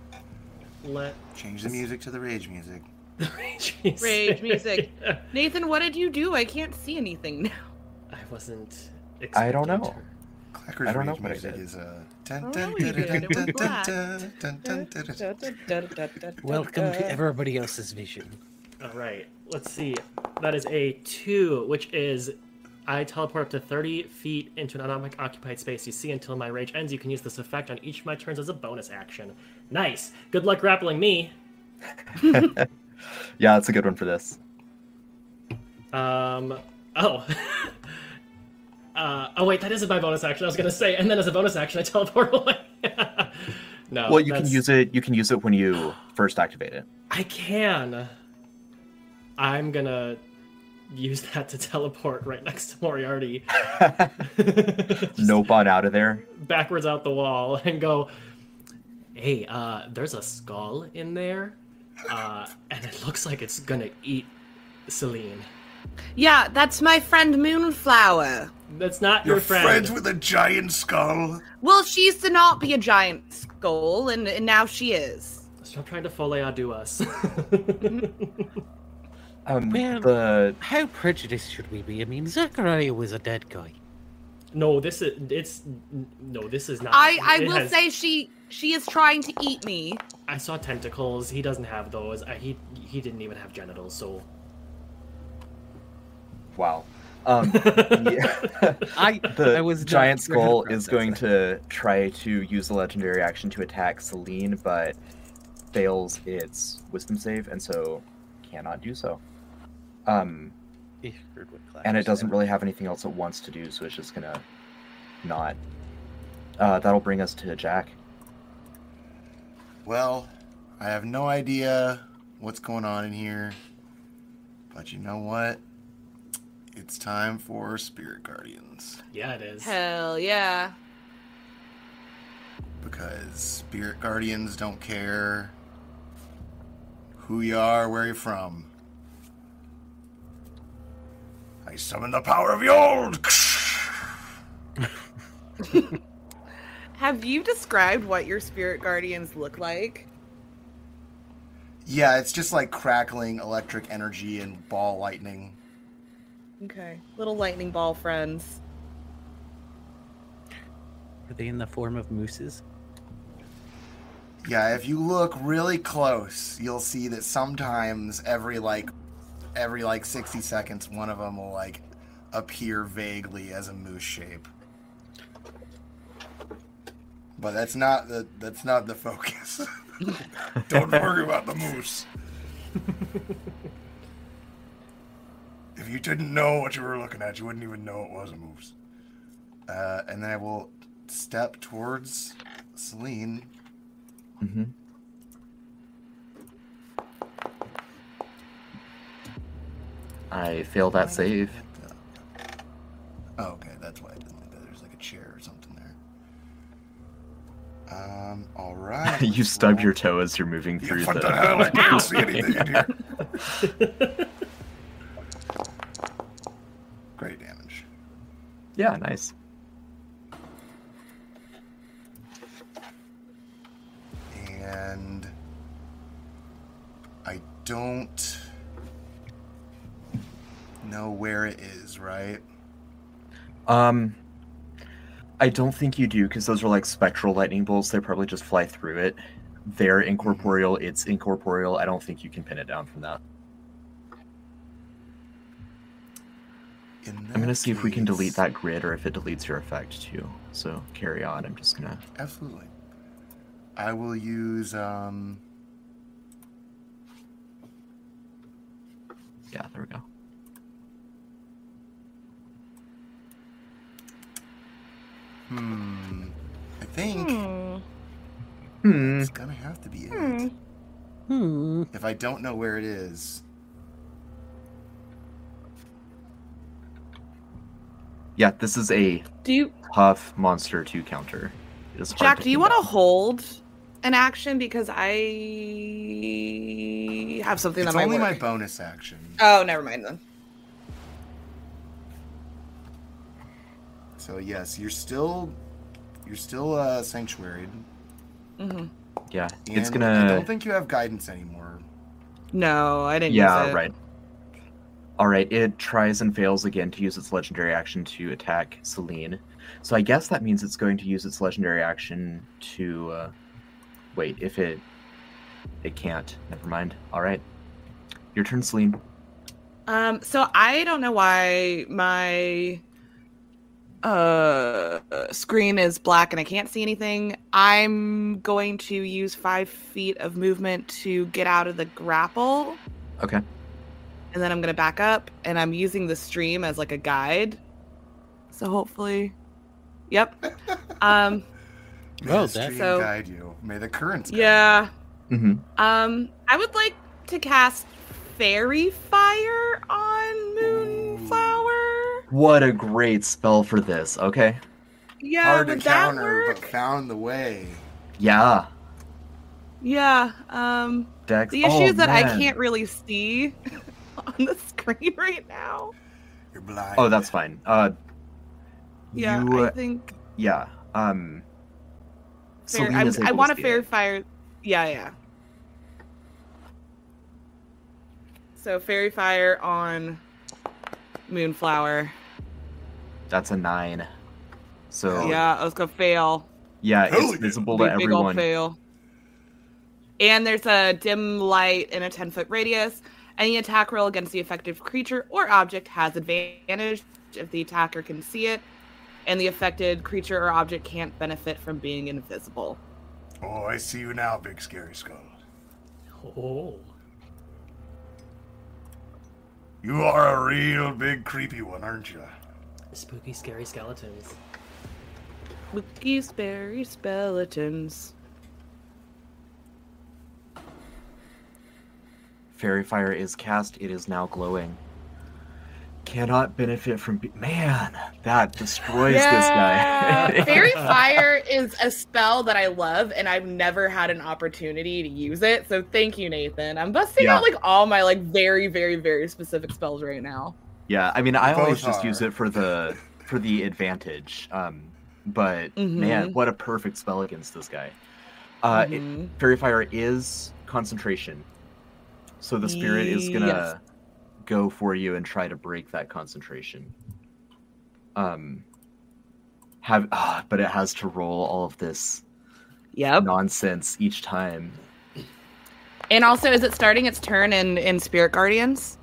Speaker 2: Let
Speaker 7: Change the music to the rage music.
Speaker 2: the rage music.
Speaker 6: Rage music. Nathan, what did you do? I can't see anything now.
Speaker 2: I wasn't.
Speaker 4: I don't
Speaker 2: expecting
Speaker 4: know.
Speaker 2: to-
Speaker 7: Clacker's
Speaker 4: I don't
Speaker 7: rage
Speaker 4: know what I
Speaker 7: music
Speaker 4: did.
Speaker 7: is uh, a.
Speaker 6: don't know what you did. It was black.
Speaker 5: Welcome to everybody else's vision.
Speaker 2: All right, let's see. That is a two, which is I teleport up to 30 feet into an unoccupied space you see until my rage ends. You can use this effect on each of my turns as a bonus action. Nice. Good luck grappling me.
Speaker 4: Yeah, that's a good one for this.
Speaker 2: Um. Oh. uh. Oh wait, that is my bonus action. I was gonna say, and then as a bonus action, I teleport away. no.
Speaker 4: well, you
Speaker 2: Oh,
Speaker 4: can
Speaker 2: that's-
Speaker 4: use it. You can use it when you first activate it.
Speaker 2: I can. I'm gonna use that to teleport right next to Moriarty. Just
Speaker 4: nope, on out of there.
Speaker 2: Backwards out the wall and go. Hey, uh, there's a skull in there, uh, and it looks like it's gonna eat Celine.
Speaker 6: Yeah, that's my friend Moonflower.
Speaker 2: That's not
Speaker 3: You're
Speaker 2: your friend.
Speaker 3: friends with a giant skull.
Speaker 6: Well, she used to not be a giant skull, and, and now she is.
Speaker 2: Stop trying to foley do us.
Speaker 4: Um,
Speaker 5: Well-
Speaker 4: the
Speaker 5: How prejudiced should we be? I mean, Zachariah was a dead guy.
Speaker 2: no, this is it's no, this is not.
Speaker 6: I, I
Speaker 2: it
Speaker 6: will
Speaker 2: has-
Speaker 6: say she she is trying to eat me.
Speaker 2: I saw tentacles. He doesn't have those. I, he he didn't even have genitals. So
Speaker 4: wow. Um, yeah.
Speaker 5: I
Speaker 4: the
Speaker 5: I was
Speaker 4: giant
Speaker 5: not aware
Speaker 4: skull
Speaker 5: of
Speaker 4: is
Speaker 5: that.
Speaker 4: going to try to use the legendary action to attack Celine, but fails its wisdom save, and so cannot do so. Um,
Speaker 5: You heard what Clash
Speaker 4: and it
Speaker 5: said.
Speaker 4: doesn't really have anything else it wants to do, so it's just gonna not. Uh, that'll bring us to Jack.
Speaker 7: Well, I have no idea what's going on in here, but you know what? It's time for Spirit Guardians
Speaker 2: yeah, it is.
Speaker 6: Hell yeah.
Speaker 7: because Spirit Guardians don't care who you are, where you're from.
Speaker 3: I summon the power of Yold!
Speaker 6: Have you described what your spirit guardians look like?
Speaker 7: Yeah, it's just like crackling electric energy and ball lightning.
Speaker 6: Okay. Little lightning ball friends.
Speaker 5: Are they in the form of mooses?
Speaker 7: Yeah, if you look really close, you'll see that sometimes every like every like 60 seconds one of them will like appear vaguely as a moose shape. But that's not the that's not the focus.
Speaker 3: Don't worry about the moose. if you didn't know what you were looking at, you wouldn't even know it was a moose.
Speaker 7: uh, and then I will step towards Celine.
Speaker 4: Mm-hmm. I failed that save.
Speaker 7: uh, Oh, okay, that's why I didn't like that. There's like a chair or something there. Um, all right.
Speaker 4: you
Speaker 7: let's
Speaker 4: stub
Speaker 7: roll.
Speaker 4: your toe as you're moving through
Speaker 3: Yeah, what the hell? I didn't see anything in here.
Speaker 7: great damage.
Speaker 4: Yeah, nice.
Speaker 7: And I don't know where it is, right?
Speaker 4: Um, I don't think you do because those are like spectral lightning bolts. They probably just fly through it. They're incorporeal. It's incorporeal. I don't think you can pin it down from that.
Speaker 7: In
Speaker 4: I'm gonna
Speaker 7: that
Speaker 4: see if we can delete
Speaker 7: case-
Speaker 4: that grid or if it deletes your effect too. So carry on. I'm just gonna.
Speaker 7: Absolutely. I will use um
Speaker 4: Yeah, there we go.
Speaker 7: hmm I think
Speaker 4: Hmm.
Speaker 7: it's gonna have to be it.
Speaker 5: Hmm.
Speaker 7: If I don't know where it is,
Speaker 4: Yeah, this is a
Speaker 6: Do you
Speaker 4: tough monster to counter. It is hard
Speaker 6: Jack,
Speaker 4: to
Speaker 6: do you
Speaker 4: pin
Speaker 6: want to
Speaker 4: down.
Speaker 6: hold an action because I have something
Speaker 7: it's
Speaker 6: that
Speaker 7: only
Speaker 6: might
Speaker 7: my
Speaker 6: work.
Speaker 7: bonus action.
Speaker 6: oh, never mind then.
Speaker 7: So yes, you're still you're still uh sanctuaried.
Speaker 6: hmm
Speaker 4: Yeah,
Speaker 7: And
Speaker 4: it's
Speaker 7: I don't
Speaker 4: gonna.
Speaker 7: think you have guidance anymore.
Speaker 6: No, I didn't. use
Speaker 4: Yeah,
Speaker 6: it.
Speaker 4: right. All right, it tries and fails again to use its legendary action to attack Celine. So I guess that means it's going to use its legendary action to uh, wait. If it it can't, never mind. All right, your turn, Celine.
Speaker 6: Um, so I don't know why my uh screen is black and I can't see anything. I'm going to use five feet of movement to get out of the grapple.
Speaker 4: Okay.
Speaker 6: And then I'm gonna back up and I'm using the stream as like a guide. So hopefully Yep. Um
Speaker 7: May
Speaker 5: Oh,
Speaker 7: the
Speaker 5: that-
Speaker 7: stream
Speaker 6: So-
Speaker 7: guide you. May the currents guide
Speaker 6: yeah.
Speaker 4: Mm-hmm.
Speaker 6: Um I would like to cast fairy fire on Moonflower.
Speaker 4: What a great spell for this. Okay.
Speaker 6: Yeah,
Speaker 7: hard to
Speaker 6: would that
Speaker 7: counter,
Speaker 6: work?
Speaker 7: but found the way.
Speaker 4: Yeah.
Speaker 6: Yeah. Um,
Speaker 4: Dex.
Speaker 6: the issue is
Speaker 4: oh,
Speaker 6: that I
Speaker 4: man.
Speaker 6: can't really see on the screen right now.
Speaker 7: You're blind.
Speaker 4: Oh, that's fine. Uh,
Speaker 6: Yeah,
Speaker 4: You,
Speaker 6: I
Speaker 4: uh,
Speaker 6: think.
Speaker 4: yeah. Um.
Speaker 6: Fair,
Speaker 4: Celine
Speaker 6: I'm-
Speaker 4: is
Speaker 6: I
Speaker 4: able
Speaker 6: want a
Speaker 4: see
Speaker 6: fair
Speaker 4: it.
Speaker 6: fire. Yeah, yeah. So fairy fire on Moonflower.
Speaker 4: That's a nine. So yeah,
Speaker 6: Yeah, let's go fail.
Speaker 4: it's
Speaker 3: Holy-
Speaker 4: visible to
Speaker 6: Big, big old
Speaker 4: everyone.
Speaker 6: fail. And there's a dim light in a 10 foot radius. Any attack roll against the affected creature or object has advantage if the attacker can see it, and the affected creature or object can't benefit from being invisible.
Speaker 3: Oh, I see you now, big scary skull.
Speaker 2: Oh,
Speaker 3: You are a real big creepy one, aren't you?
Speaker 2: spooky, scary skeletons.
Speaker 6: Wookiee, Sperry, Skeletons.
Speaker 4: Fairy fire is cast. It is now glowing. Cannot benefit from. Be- Man, that destroys this guy.
Speaker 6: Fairy Fire is a spell that I love, and I've never had an opportunity to use it. So thank you, Nathan. I'm busting
Speaker 4: Yeah.
Speaker 6: out like all my like very, very, very specific spells right now.
Speaker 4: Yeah, I mean, I always
Speaker 7: Both
Speaker 4: just use
Speaker 7: are.
Speaker 4: it for the for the advantage. Um, but man,
Speaker 6: Mhm.
Speaker 4: what a perfect spell against this guy. Uh, it-
Speaker 6: Mhm.
Speaker 4: Fairy Fire is concentration, so the spirit is gonna
Speaker 6: Yes.
Speaker 4: go for you and try to break that concentration. Um, have ah, but it has to roll all of this
Speaker 6: Yep.
Speaker 4: nonsense each time.
Speaker 6: And also, is it starting its turn in in Spirit Guardians?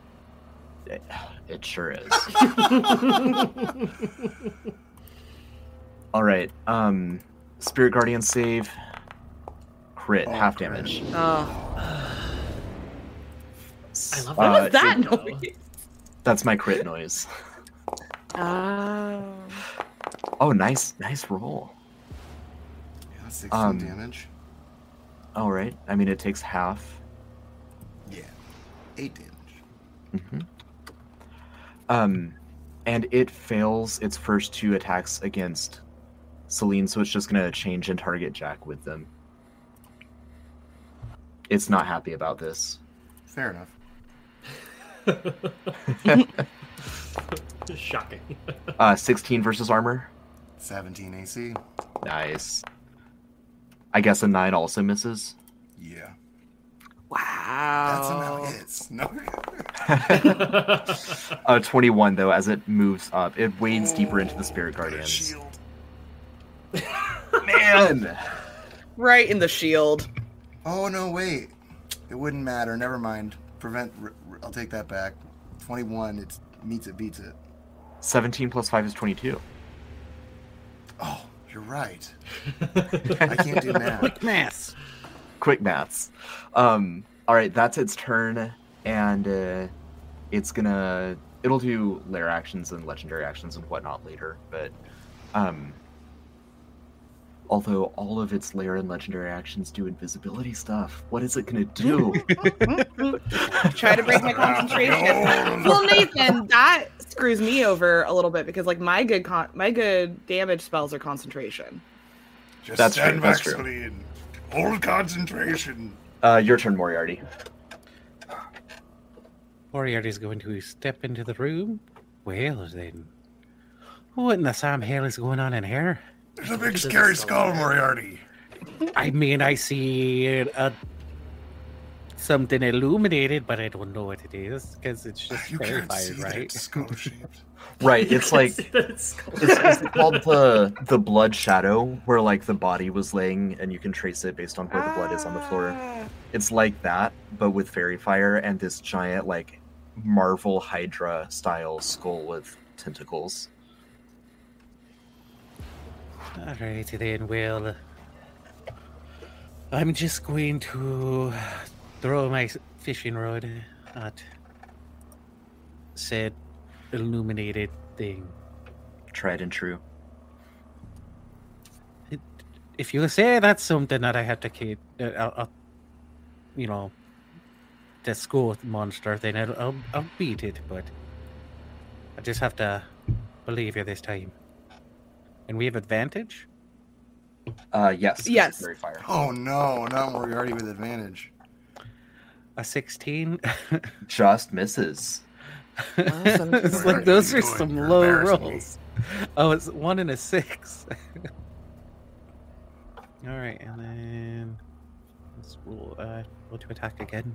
Speaker 4: It sure is. All right. Um, Spirit Guardian save. Crit,
Speaker 7: Oh,
Speaker 4: half
Speaker 7: crit.
Speaker 4: damage.
Speaker 6: Oh,
Speaker 2: I love
Speaker 4: Uh,
Speaker 6: what
Speaker 2: that.
Speaker 6: was that
Speaker 2: though.
Speaker 6: noise?
Speaker 4: That's my crit noise.
Speaker 6: Oh,
Speaker 4: Oh, nice, nice roll.
Speaker 7: Yeah, that's 16
Speaker 4: Um,
Speaker 7: damage.
Speaker 4: All right. I mean, it takes half.
Speaker 7: Yeah. 8 damage.
Speaker 4: hmm Um, and it fails its first two attacks against Celine, so it's just gonna change and target Jack with them. It's not happy about this.
Speaker 7: Fair enough.
Speaker 2: Shocking.
Speaker 4: Uh, 16 versus armor.
Speaker 7: 17 AC.
Speaker 4: Nice. I guess a nine also misses.
Speaker 7: Yeah. That somehow
Speaker 6: wow.
Speaker 7: hits. No.
Speaker 4: Uh, 21 though, as it moves up, it wades deeper into the spirit guardians.
Speaker 7: Shield.
Speaker 4: Man,
Speaker 6: Right in the shield.
Speaker 7: Oh, no, wait. It wouldn't matter. Never mind. Prevent. r- r- I'll take that back. 21. It's meets it, beats it.
Speaker 4: 17 plus 5 is 22.
Speaker 7: Oh, you're right. I can't do math.
Speaker 5: Quick mass.
Speaker 4: Quick maths. Um, all right, that's its turn, and uh, it's gonna it'll do lair actions and legendary actions and whatnot later. But um, although all of its lair and legendary actions do invisibility stuff, what is it gonna do?
Speaker 6: Try to break my concentration. well, Nathan, that screws me over a little bit because like my good con- my good damage spells are concentration.
Speaker 3: Just
Speaker 4: That's
Speaker 3: stand
Speaker 4: true,
Speaker 3: back,
Speaker 4: that's true.
Speaker 3: Celine. Hold concentration.
Speaker 4: uh, your turn, Moriarty.
Speaker 5: Moriarty's going to step into the room. Well, then. What in the Sam hell is going on in here?
Speaker 3: There's a big
Speaker 2: This is
Speaker 3: scary
Speaker 2: so
Speaker 3: skull,
Speaker 2: weird.
Speaker 3: Moriarty.
Speaker 5: I mean, I see a, something illuminated, but I don't know what it is because it's just
Speaker 7: Ah, You can't see
Speaker 5: terrified,
Speaker 7: that
Speaker 5: right?
Speaker 7: it's skull shaped.
Speaker 4: Right, it's like
Speaker 2: See that it's called-
Speaker 4: is, is it called the the blood shadow where like the body was laying and you can trace it based on where the blood is on the floor it's like that but with fairy fire and this giant like marvel hydra style skull with tentacles
Speaker 5: All right, then, well, uh, I'm just going to throw my fishing rod at said illuminated thing.
Speaker 4: tried and true
Speaker 5: If you say that's something that I have to keep, uh, I'll, I'll, you know, the school monster, then I'll, I'll, I'll beat it, but I just have to believe you this time. And we have advantage?
Speaker 4: uh yes 'cause it's
Speaker 6: Yes.
Speaker 4: fairy fire
Speaker 7: Oh no, not Moriarty with advantage.
Speaker 5: A 16?
Speaker 4: just misses
Speaker 6: Awesome.
Speaker 5: it's
Speaker 3: Where are
Speaker 5: like those
Speaker 3: you
Speaker 5: are
Speaker 3: going?
Speaker 5: some
Speaker 3: You're
Speaker 5: low
Speaker 3: embarrassing me.
Speaker 5: rolls. Oh, it's one and a six. All right, and then let's roll. Uh, roll to attack again.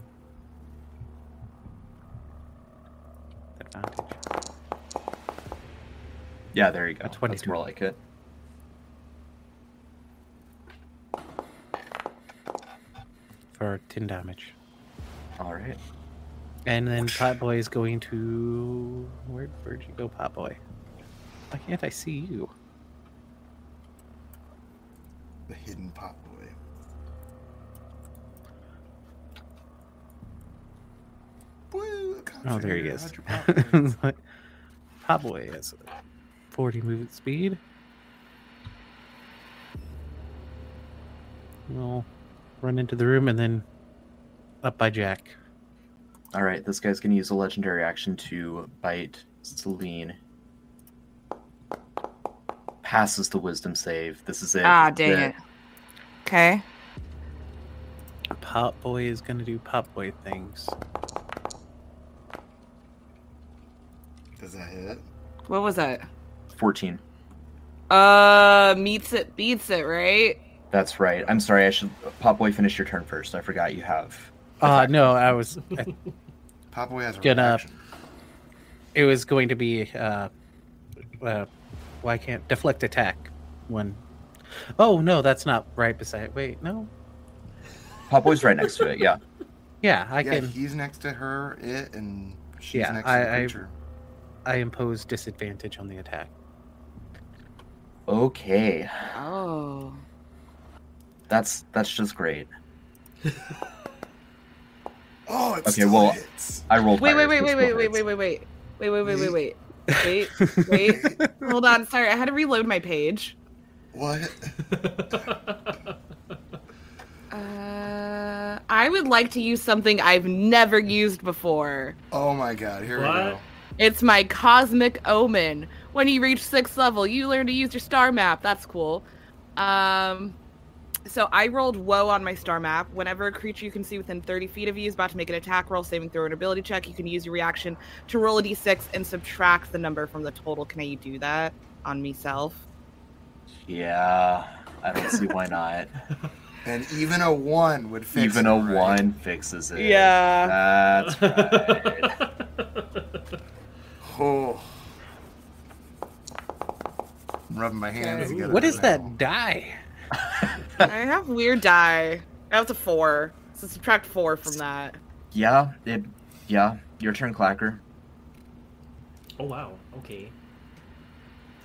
Speaker 5: Advantage.
Speaker 4: yeah there you go
Speaker 5: A
Speaker 4: that's
Speaker 5: 22.
Speaker 4: more like it
Speaker 5: for ten damage,
Speaker 4: all right
Speaker 5: and then Pat Boy is going to where? Where'd you go, Pat Boy? Why can't I see you?
Speaker 7: The hidden pop boy. Woo,
Speaker 5: Oh, there he
Speaker 7: concentrate,
Speaker 5: is.
Speaker 7: how'd your pop boy-
Speaker 5: It's like, Hot boy is 40 movement speed. We'll run into the room and then up by Jack.
Speaker 4: all right this guy's gonna use a legendary action to bite celine passes the wisdom save this is it
Speaker 6: Ah,
Speaker 4: This is
Speaker 6: dang it. Okay.
Speaker 5: Pop boy is gonna do pop boy things.
Speaker 7: Does Does that hit?
Speaker 6: What was that?
Speaker 4: 14.
Speaker 6: Uh, meets it, beats it, right?
Speaker 4: That's right. I'm sorry. I should. Pop Boy, finish your turn first. I forgot you have.
Speaker 5: Uh, no, I was. I-
Speaker 7: Popboy has a
Speaker 5: Gonna-
Speaker 7: reaction.
Speaker 5: it was going to be. Uh, uh, why can't deflect attack? When? Oh no, that's not right beside. Wait, no.
Speaker 4: Pop Boy's right next to it. Yeah.
Speaker 5: Yeah, I
Speaker 7: yeah,
Speaker 5: can.
Speaker 7: he's next to her, it, and she's
Speaker 5: Yeah,
Speaker 7: next to the
Speaker 5: I- I-
Speaker 7: creature.
Speaker 5: I impose disadvantage on the attack.
Speaker 4: Okay.
Speaker 6: Oh.
Speaker 4: That's that's just great.
Speaker 7: Oh, it's
Speaker 4: Okay, well- I rolled.
Speaker 6: Wait, wait,
Speaker 4: higher,
Speaker 6: wait,
Speaker 4: so
Speaker 6: wait,
Speaker 4: it's
Speaker 6: wait,
Speaker 4: no
Speaker 6: wait,
Speaker 4: hits.
Speaker 6: wait, wait, wait, wait, wait, wait, wait, wait. Wait, wait. Hold on. Sorry, I had to reload my page.
Speaker 7: What?
Speaker 6: Uh, I would like to use something I've never used before.
Speaker 7: Oh my god, here we
Speaker 2: What?
Speaker 7: go.
Speaker 6: It's my cosmic omen. When you reach sixth level, you learn to use your star map. That's cool. Um, so I rolled woe on my star map. Whenever a creature you can see within 30 feet of you is about to make an attack roll, saving throw, or an ability check, you can use your reaction to roll a d6 and subtract the number from the total. Can I do that on myself?
Speaker 4: Yeah. I don't see why not.
Speaker 7: And even a one would fix
Speaker 4: Even
Speaker 7: it,
Speaker 4: a
Speaker 7: right?
Speaker 4: one fixes it.
Speaker 6: Yeah.
Speaker 4: That's right.
Speaker 7: Oh. I'm rubbing my hands
Speaker 6: Okay.
Speaker 7: together.
Speaker 5: What is
Speaker 7: now.
Speaker 5: that die?
Speaker 6: I have weird die. That was a four. So subtract four from that.
Speaker 4: yeah. It. Yeah. Your turn, Clacker.
Speaker 2: oh wow. Okay.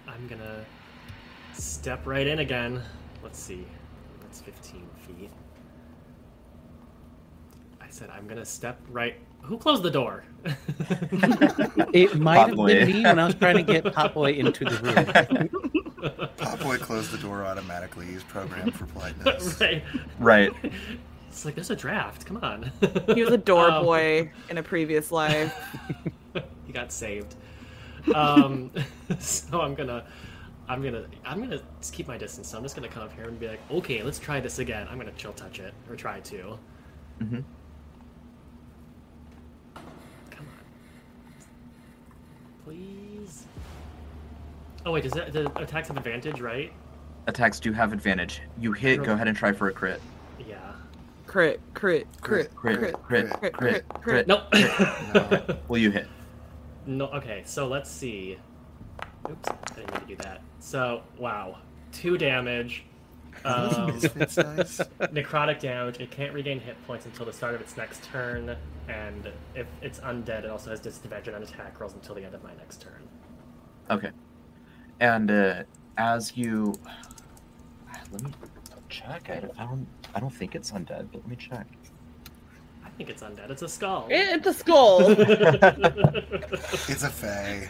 Speaker 2: I'm gonna step right in again. Let's see. That's 15 feet. I said I'm gonna step right. Who closed the door?
Speaker 5: It might have
Speaker 4: Popboy.
Speaker 5: been me when I was trying to get Popboy into the room.
Speaker 7: Popboy closed the door automatically. He's programmed for politeness.
Speaker 2: right.
Speaker 4: Right.
Speaker 2: It's like there's a draft. Come on.
Speaker 6: He was a door
Speaker 2: Um,
Speaker 6: boy in a previous life.
Speaker 2: he got saved. Um, so I'm gonna, I'm gonna, I'm gonna just keep my distance. So I'm just gonna come up here and be like, okay, let's try this again. I'm gonna chill touch it or try to.
Speaker 4: Mhm.
Speaker 2: Come on, please. Oh wait, does that the attacks have advantage, right?
Speaker 4: Attacks do have advantage. You hit. Go ahead and try for a crit.
Speaker 2: Yeah.
Speaker 6: Crit, crit, crit,
Speaker 4: Crit.
Speaker 6: crit.
Speaker 4: Crit.
Speaker 6: crit,
Speaker 4: Crit.
Speaker 6: crit,
Speaker 4: Crit.
Speaker 6: crit.
Speaker 2: No.
Speaker 7: No.
Speaker 4: Will you hit?
Speaker 2: No, okay, so let's see. Oops, I didn't mean to do that. So, wow. Two damage. Um,
Speaker 7: Misfits dice?
Speaker 2: necrotic damage. It can't regain hit points until the start of its next turn, and if it's undead, it also has disadvantage on attack rolls until the end of my next turn.
Speaker 4: Okay. And uh, as you, let me check. I don't, I don't. I don't think it's undead, but let me check.
Speaker 2: I think it's undead. It's a skull.
Speaker 6: It's a skull.
Speaker 2: it's
Speaker 7: It's a fae.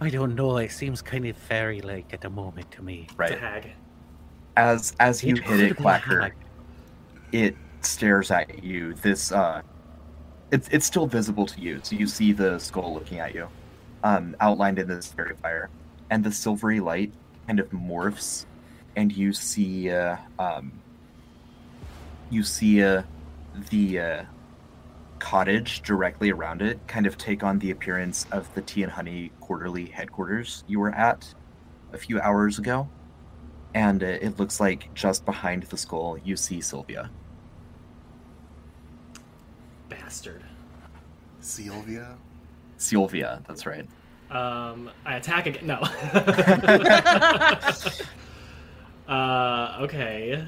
Speaker 5: I don't know. It seems kind of fairy-like at the moment to me.
Speaker 2: a
Speaker 4: Right.
Speaker 2: hag.
Speaker 4: As as you
Speaker 5: It
Speaker 4: hit
Speaker 5: could
Speaker 4: it,
Speaker 5: have been a
Speaker 4: Clacker,
Speaker 5: hag.
Speaker 4: it stares at you. This uh, it's it's still visible to you, so you see the skull looking at you, um, outlined in this fairy fire, and the silvery light kind of morphs, and you see uh, um, you see uh, the uh, cottage directly around it kind of take on the appearance of the tea and honey quarterly headquarters you were at a few hours ago and uh, it looks like just behind the skull you see sylvia
Speaker 2: Bastard.
Speaker 7: Sylvia.
Speaker 4: sylvia that's right
Speaker 2: Um, I attack again. No. uh, okay.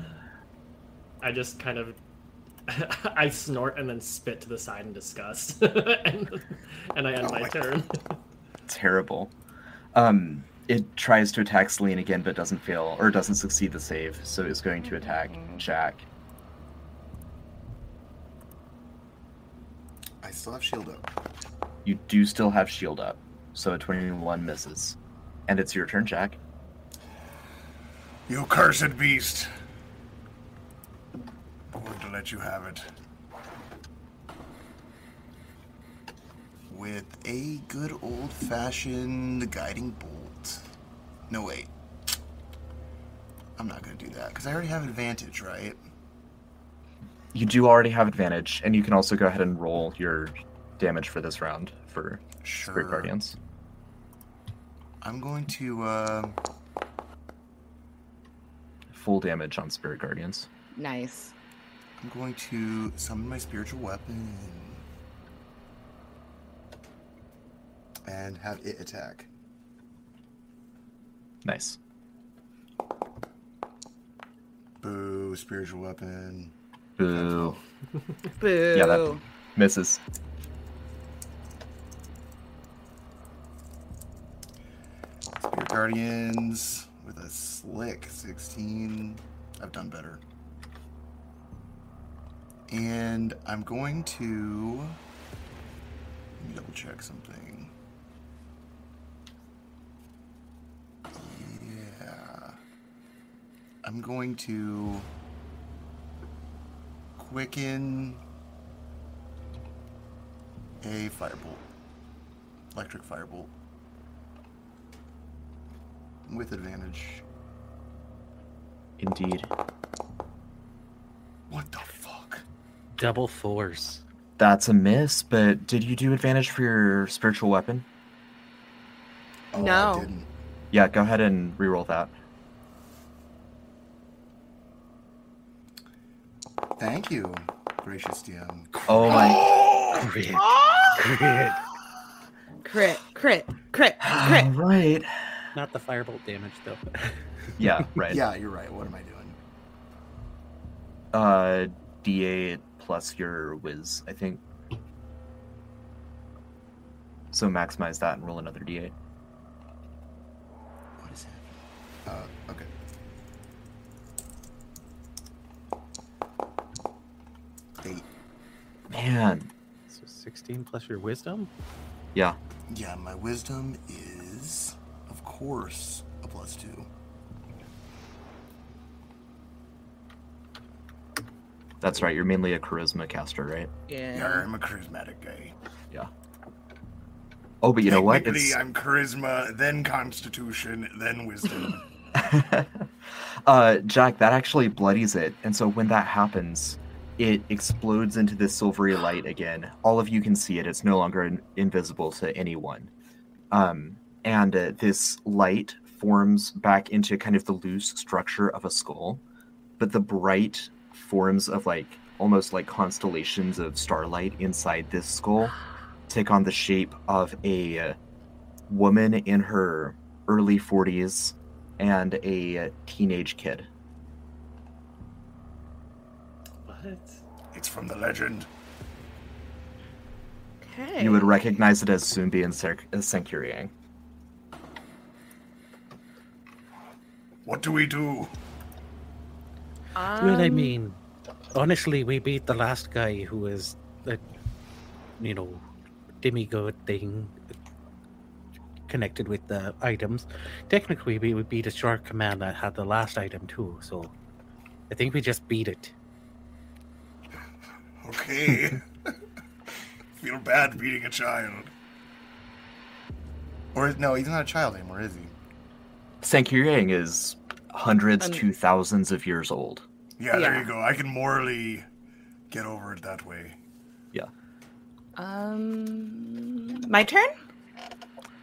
Speaker 2: I just kind of. I snort and then spit to the side in disgust. and, and I end
Speaker 7: Oh
Speaker 2: my,
Speaker 7: my
Speaker 2: turn.
Speaker 4: terrible um it tries to attack Celine again but doesn't fail or doesn't succeed the save so it's going to attack jack
Speaker 7: I still have shield up.
Speaker 4: you do still have shield up so a 21 misses and it's your turn jack
Speaker 3: You cursed beast. I wanted to let you have it.
Speaker 7: with a good old fashioned guiding bolt. No, wait. I'm not going to do that because I already have advantage, right?
Speaker 4: you do already have advantage and you can also go ahead and roll your damage for this round for
Speaker 3: Uh.
Speaker 7: Sure.
Speaker 4: great guardians
Speaker 3: I'm going to. Uh,
Speaker 4: Full damage on Spirit Guardians.
Speaker 6: Nice.
Speaker 3: I'm going to summon my spiritual weapon and have it attack.
Speaker 4: Nice.
Speaker 3: Boo! Spiritual weapon.
Speaker 4: Boo.
Speaker 6: Boo.
Speaker 4: Yeah, that misses.
Speaker 3: Spirit Guardians with a slick 16. I've done better. And I'm going to. Let me double check something. Yeah. I'm going to. Quicken. A firebolt. Electric firebolt. With advantage.
Speaker 4: Indeed.
Speaker 3: What the fuck?
Speaker 5: Double fours.
Speaker 4: That's a miss, but did you do advantage for your spiritual weapon?
Speaker 3: Oh, I
Speaker 6: No.
Speaker 3: didn't.
Speaker 4: Yeah, go ahead and reroll that.
Speaker 3: Thank you, gracious DM.
Speaker 4: Oh my.
Speaker 5: Crit.
Speaker 6: Crit, crit, crit, crit.
Speaker 4: right.
Speaker 5: Not the firebolt damage though.
Speaker 4: Yeah, right.
Speaker 3: Yeah, you're right. What am I doing?
Speaker 4: Uh, D8 plus your whiz, I think. So maximize that and roll another D8.
Speaker 3: What is happening? Uh, okay. Uh, Eight.
Speaker 4: Man.
Speaker 5: so 16 plus your wisdom?
Speaker 4: Yeah.
Speaker 3: Yeah, my wisdom is, of course, a plus two.
Speaker 4: That's right. You're mainly a charisma caster, right?
Speaker 9: Yeah,
Speaker 6: Yeah.
Speaker 9: I'm a charismatic guy.
Speaker 4: Yeah. Oh, but you know what?
Speaker 9: Technically,
Speaker 4: It's
Speaker 9: I'm charisma, then constitution, then wisdom.
Speaker 4: uh, Jack. That actually bloodies it, and so when that happens, it explodes into this silvery light again. All of you can see it. It's no longer in- invisible to anyone. Um, and uh, this light forms back into kind of the loose structure of a skull, but the bright forms of like almost like constellations of starlight inside this skull take on the shape of a uh, woman in her early 40s and a teenage kid.
Speaker 2: What?
Speaker 9: it's from the legend.
Speaker 6: Okay.
Speaker 4: You would recognize it as Zumbi and Sen- uh, Senkuriang.
Speaker 9: What do we do?
Speaker 5: well, I
Speaker 6: Um,
Speaker 5: mean, honestly, we beat the last guy who was the, you know, demigod thing connected with the items. Technically, we would beat a shark command that had the last item too, so I think we just beat it.
Speaker 9: Okay. Feel bad beating a child.
Speaker 3: Or no, he's not a child anymore, is he?
Speaker 4: Senkuriang is hundreds
Speaker 6: Um,
Speaker 4: to thousands of years old.
Speaker 9: Yeah, there
Speaker 6: Yeah.
Speaker 9: you go. I can morally get over it that way.
Speaker 4: Yeah.
Speaker 6: Um, my turn?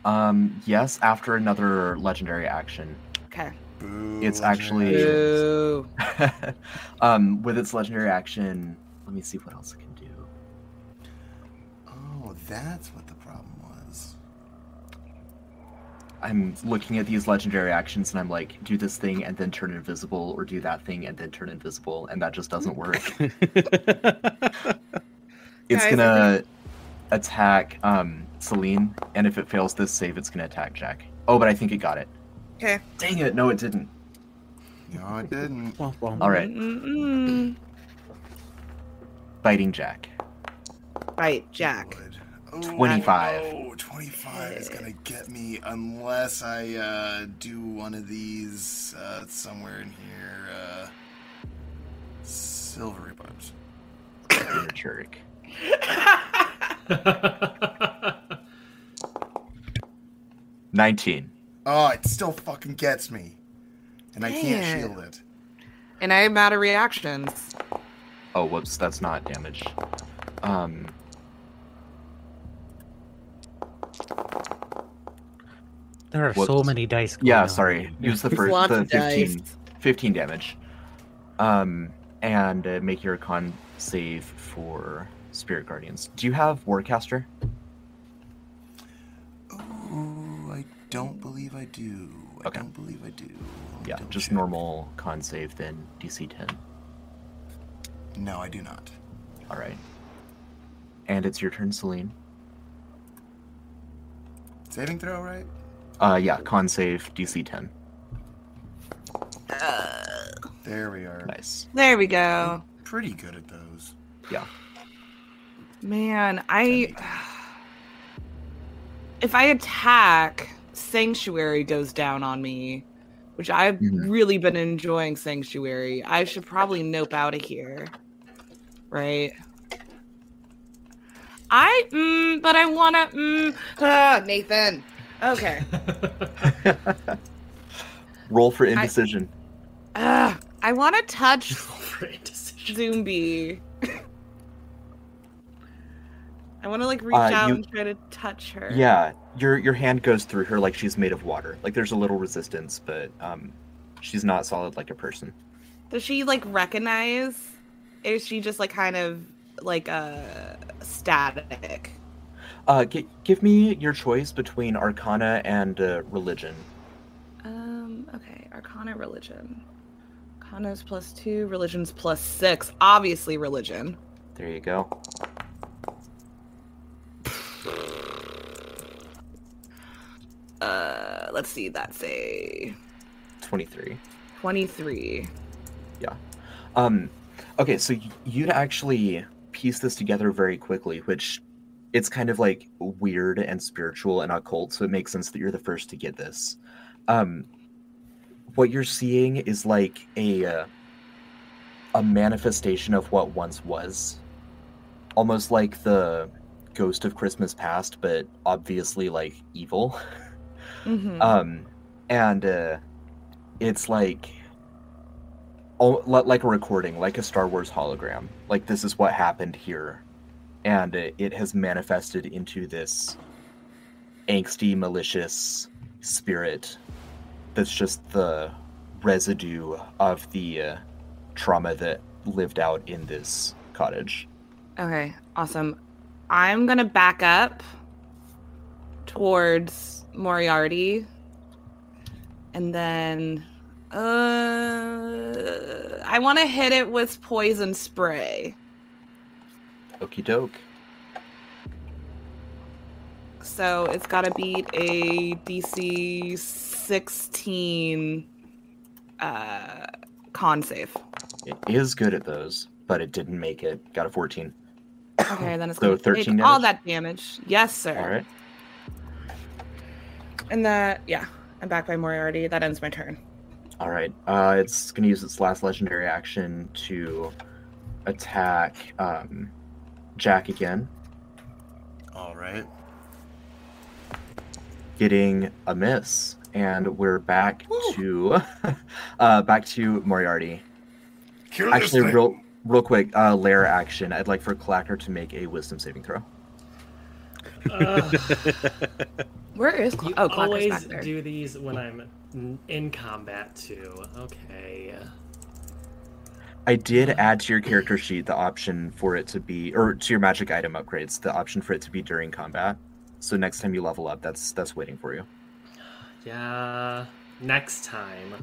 Speaker 4: Um, yes, after another legendary action.
Speaker 6: Okay.
Speaker 3: Boo.
Speaker 4: It's
Speaker 3: legendary.
Speaker 4: actually-
Speaker 6: Boo.
Speaker 4: um, with its legendary action, let me see what else it can do.
Speaker 3: Oh, that's what the problem was.
Speaker 4: I'm looking at these legendary actions and I'm like, do this thing and then turn invisible, or do that thing and then turn invisible, and that just doesn't work. it's
Speaker 6: Guys, I
Speaker 4: gonna attack um, Celine, and if it fails this save, it's gonna attack Jack. Oh, but I think it got it.
Speaker 6: Okay.
Speaker 4: Dang it! No, it didn't.
Speaker 3: No, it didn't.
Speaker 5: Womp womp.
Speaker 4: All right,
Speaker 6: Mm-mm-mm.
Speaker 4: biting Jack.
Speaker 6: Right, Jack.
Speaker 3: Good. Oh,
Speaker 4: 25.
Speaker 3: no, 25 Oh, is going to get me unless I uh, do one of these uh, somewhere in here. Uh, silvery bugs.
Speaker 4: You're a jerk. Nineteen.
Speaker 3: Oh, it still fucking gets me. And I can't
Speaker 6: Dang it.
Speaker 3: shield it.
Speaker 6: And I'm out of reactions.
Speaker 4: Oh, whoops, that's not damage. Um.
Speaker 5: There are so
Speaker 4: Whoops.
Speaker 5: many dice. Going
Speaker 4: Yeah,
Speaker 5: on.
Speaker 4: sorry. Use the
Speaker 6: It's
Speaker 4: first
Speaker 6: Oh, lots
Speaker 4: the
Speaker 6: of dice.
Speaker 4: 15, 15 damage. Um, and uh, make your con save for Spirit Guardians. Do you have Warcaster?
Speaker 7: Ooh, I don't believe I do. I
Speaker 4: Okay.
Speaker 7: don't believe I do. Let me
Speaker 4: Yeah,
Speaker 7: double
Speaker 4: just
Speaker 7: check.
Speaker 4: normal con save then DC 10.
Speaker 7: No, I do not.
Speaker 4: All right. And it's your turn, Celine.
Speaker 7: Saving throw, right?
Speaker 4: Uh, yeah, con save DC 10.
Speaker 7: There we are.
Speaker 4: Nice.
Speaker 6: There we go.
Speaker 7: Pretty good at those.
Speaker 4: Yeah.
Speaker 6: Man, I. If I attack, Sanctuary goes down on me, which I've
Speaker 4: Mhm.
Speaker 6: really been enjoying Sanctuary. I should probably nope out of here. Right? I. Mm, but I wanna. Mm, ah, Nathan. Okay.
Speaker 4: Roll for indecision.
Speaker 6: Ugh, I wanna touch
Speaker 2: For indecision.
Speaker 6: Zombie. I wanna like reach
Speaker 4: Uh,
Speaker 6: out
Speaker 4: you-
Speaker 6: and try to touch her.
Speaker 4: Yeah, your your hand goes through her like she's made of water. Like there's a little resistance, but um, she's not solid like a person.
Speaker 6: Does she like recognize? Is she just like kind of like uh static?
Speaker 4: Uh, g- give me your choice between Arcana and uh, Religion.
Speaker 6: Um. Okay. Arcana religion. Arcana's plus two. Religion's plus six. Obviously religion.
Speaker 4: There you go.
Speaker 6: Uh. Let's see. That's a
Speaker 4: Twenty-three.
Speaker 6: twenty-three.
Speaker 4: Um, okay, so y- you'd actually piece this together very quickly, which it's kind of like weird and spiritual and occult, so it makes sense that you're the first to get this. Um, what you're seeing is like a uh, a manifestation of what once was, almost like the ghost of Christmas past, but obviously like evil.
Speaker 6: Mm-hmm.
Speaker 4: Um, and uh, it's like, oh, li- like a recording, like a Star Wars hologram. Like this is what happened here, and uh, it has manifested into this angsty, malicious spirit that's just the residue of the uh, trauma that lived out in this cottage.
Speaker 6: okay. Awesome. I'm gonna back up towards Moriarty, and then uh, I want to hit it with poison spray.
Speaker 4: Okie doke.
Speaker 6: So it's got to beat a DC 16 uh, con save.
Speaker 4: It is good at those, but it didn't make it. Got a 14.
Speaker 6: Okay, then it's
Speaker 4: So
Speaker 6: going to
Speaker 4: 13
Speaker 6: take all
Speaker 4: damage?
Speaker 6: that damage. Yes, sir.
Speaker 4: All right.
Speaker 6: And that, yeah, I'm back by Moriarty. That ends my turn.
Speaker 4: All right. Uh, it's going to use its last legendary action to attack um, Jack again,
Speaker 7: All right.
Speaker 4: getting a miss, and we're back to uh, back to Moriarty.
Speaker 3: Kill this
Speaker 4: Actually,
Speaker 3: thing.
Speaker 4: real real quick, uh, lair action. I'd like for Clacker to make a Wisdom saving throw.
Speaker 2: Ugh.
Speaker 6: Where is Cla-
Speaker 2: Uh, You
Speaker 6: Oh, Clocker's back
Speaker 2: always
Speaker 6: there.
Speaker 2: do these when I'm n- in combat too. Okay.
Speaker 4: I did add to your character sheet the option for it to be, or to your magic item upgrades, the option for it to be during combat. So next time you level up, that's that's waiting for you.
Speaker 2: Yeah. Next time.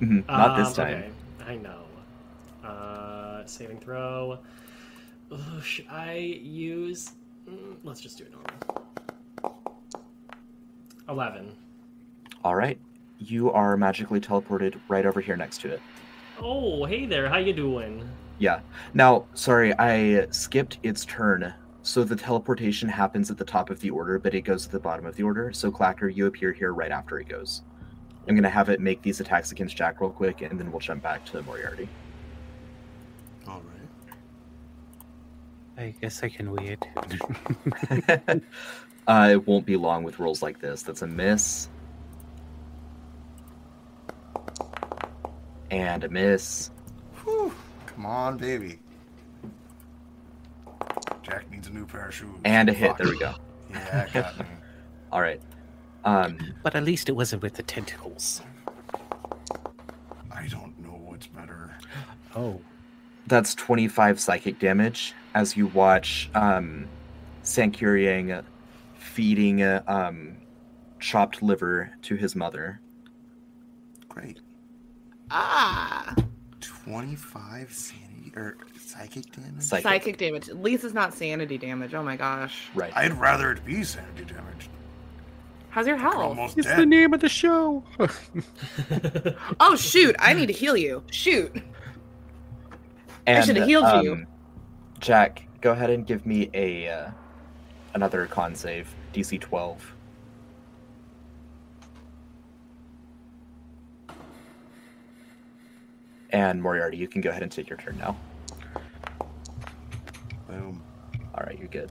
Speaker 4: Mhm, Not this
Speaker 2: Um,
Speaker 4: time.
Speaker 2: okay, I know. Uh, saving throw. Ugh, should I use? mm, Let's just do it normal. Eleven.
Speaker 4: All right. You are magically teleported right over here next to it.
Speaker 2: Oh, hey there. How you doing?
Speaker 4: Yeah. Now, sorry, I skipped its turn. So the teleportation happens at the top of the order, but it goes at the bottom of the order. So Clacker, you appear here right after it goes. I'm gonna have it make these attacks against Jack real quick, and then we'll jump back to Moriarty.
Speaker 7: All right.
Speaker 5: I guess I can wait.
Speaker 4: uh, it won't be long with rolls like this. That's a miss. And a miss.
Speaker 7: Whew. Come on, baby.
Speaker 3: Jack needs a new pair of shoes.
Speaker 4: And a hit.
Speaker 3: Fuck.
Speaker 4: There we go.
Speaker 7: Yeah, got me.
Speaker 4: All right. Um,
Speaker 5: But at least it wasn't with the tentacles.
Speaker 3: I don't know what's better.
Speaker 5: Oh.
Speaker 4: that's 25 psychic damage as you watch um Sankyuriang feeding uh, um chopped liver to his mother.
Speaker 7: Great.
Speaker 6: Ah,
Speaker 7: Twenty-five sanity or psychic damage.
Speaker 4: Psychic.
Speaker 6: psychic damage. At least it's not sanity damage. Oh my gosh.
Speaker 4: Right.
Speaker 3: I'd rather it be sanity damage.
Speaker 6: How's your
Speaker 3: We're
Speaker 6: health?
Speaker 3: almost
Speaker 5: Oh, It's
Speaker 3: dead.
Speaker 5: the name of the show.
Speaker 6: Oh shoot! I need to heal you. Shoot.
Speaker 4: and, um,
Speaker 6: should've healed you.
Speaker 4: Jack, go ahead and give me a uh, another con save, DC 12. And Moriarty, you can go ahead and take your turn now.
Speaker 7: Boom.
Speaker 4: All right, you're good.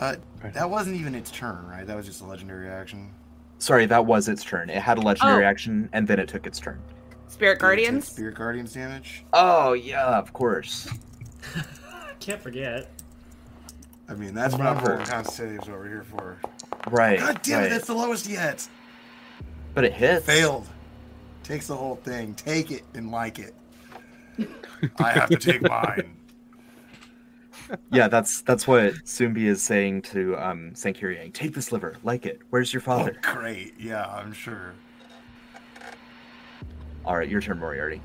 Speaker 7: Uh, that wasn't even its turn, right? That was just a legendary action.
Speaker 4: Sorry, that was its turn. It had a legendary
Speaker 6: Oh.
Speaker 4: action, and then it took its turn.
Speaker 6: Spirit
Speaker 7: Do you take
Speaker 6: guardians.
Speaker 7: Spirit guardians damage.
Speaker 4: Oh yeah, of course.
Speaker 2: Can't forget.
Speaker 7: I mean, that's what I'm rolling con saves what we're here for.
Speaker 4: Right.
Speaker 7: God damn
Speaker 4: right.
Speaker 7: it! That's the lowest yet.
Speaker 4: But it hits.
Speaker 7: Failed. Takes the whole thing. Take it and like it.
Speaker 3: I have to take mine.
Speaker 4: Yeah, that's that's what Sumbi is saying to um Sankyuriang. Take this liver, like it. Where's your
Speaker 7: Oh,
Speaker 4: father?
Speaker 7: great. Yeah, I'm sure.
Speaker 4: All right, your turn, Moriarty.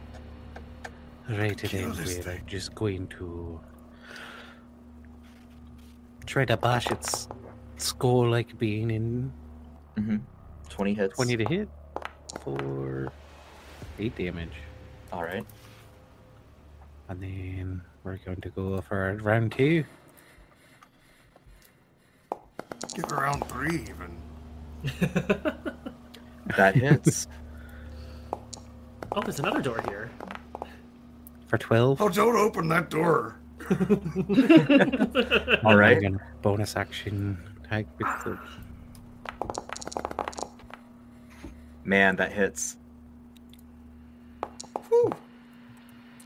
Speaker 5: Right it
Speaker 3: Kill
Speaker 5: is.
Speaker 3: this
Speaker 5: We're
Speaker 3: thing.
Speaker 5: just going to try to bash its skull like being in
Speaker 4: Mm-hmm. Twenty hits.
Speaker 5: 20 to hit for 8 damage.
Speaker 4: All right.
Speaker 5: And then we're going to go for round 2.
Speaker 3: Give her round three even.
Speaker 4: That hits.
Speaker 2: Oh, there's another door here.
Speaker 5: For 12.
Speaker 3: Oh, don't open that door.
Speaker 4: All
Speaker 5: I'm
Speaker 4: right.
Speaker 5: gonna bonus action. attack with the-
Speaker 4: Man, that hits.